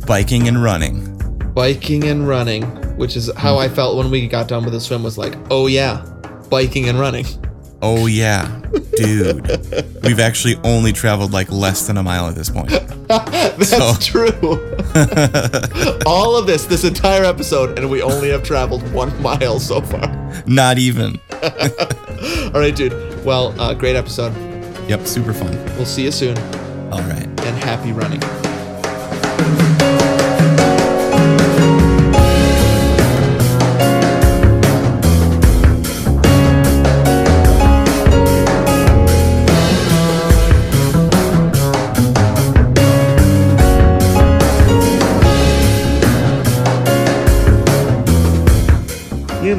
B: biking and running.
C: Biking and running, which is how I felt when we got done with the swim, was like, oh yeah, biking and running.
B: Oh yeah, dude. We've actually only traveled like less than a mile at this point.
C: That's true. All of this, this entire episode, and we only have traveled one mile so far.
B: Not even.
C: All right, dude. Well, uh, great episode.
B: Yep, super fun.
C: We'll see you soon.
B: All right.
C: and happy running.
D: You've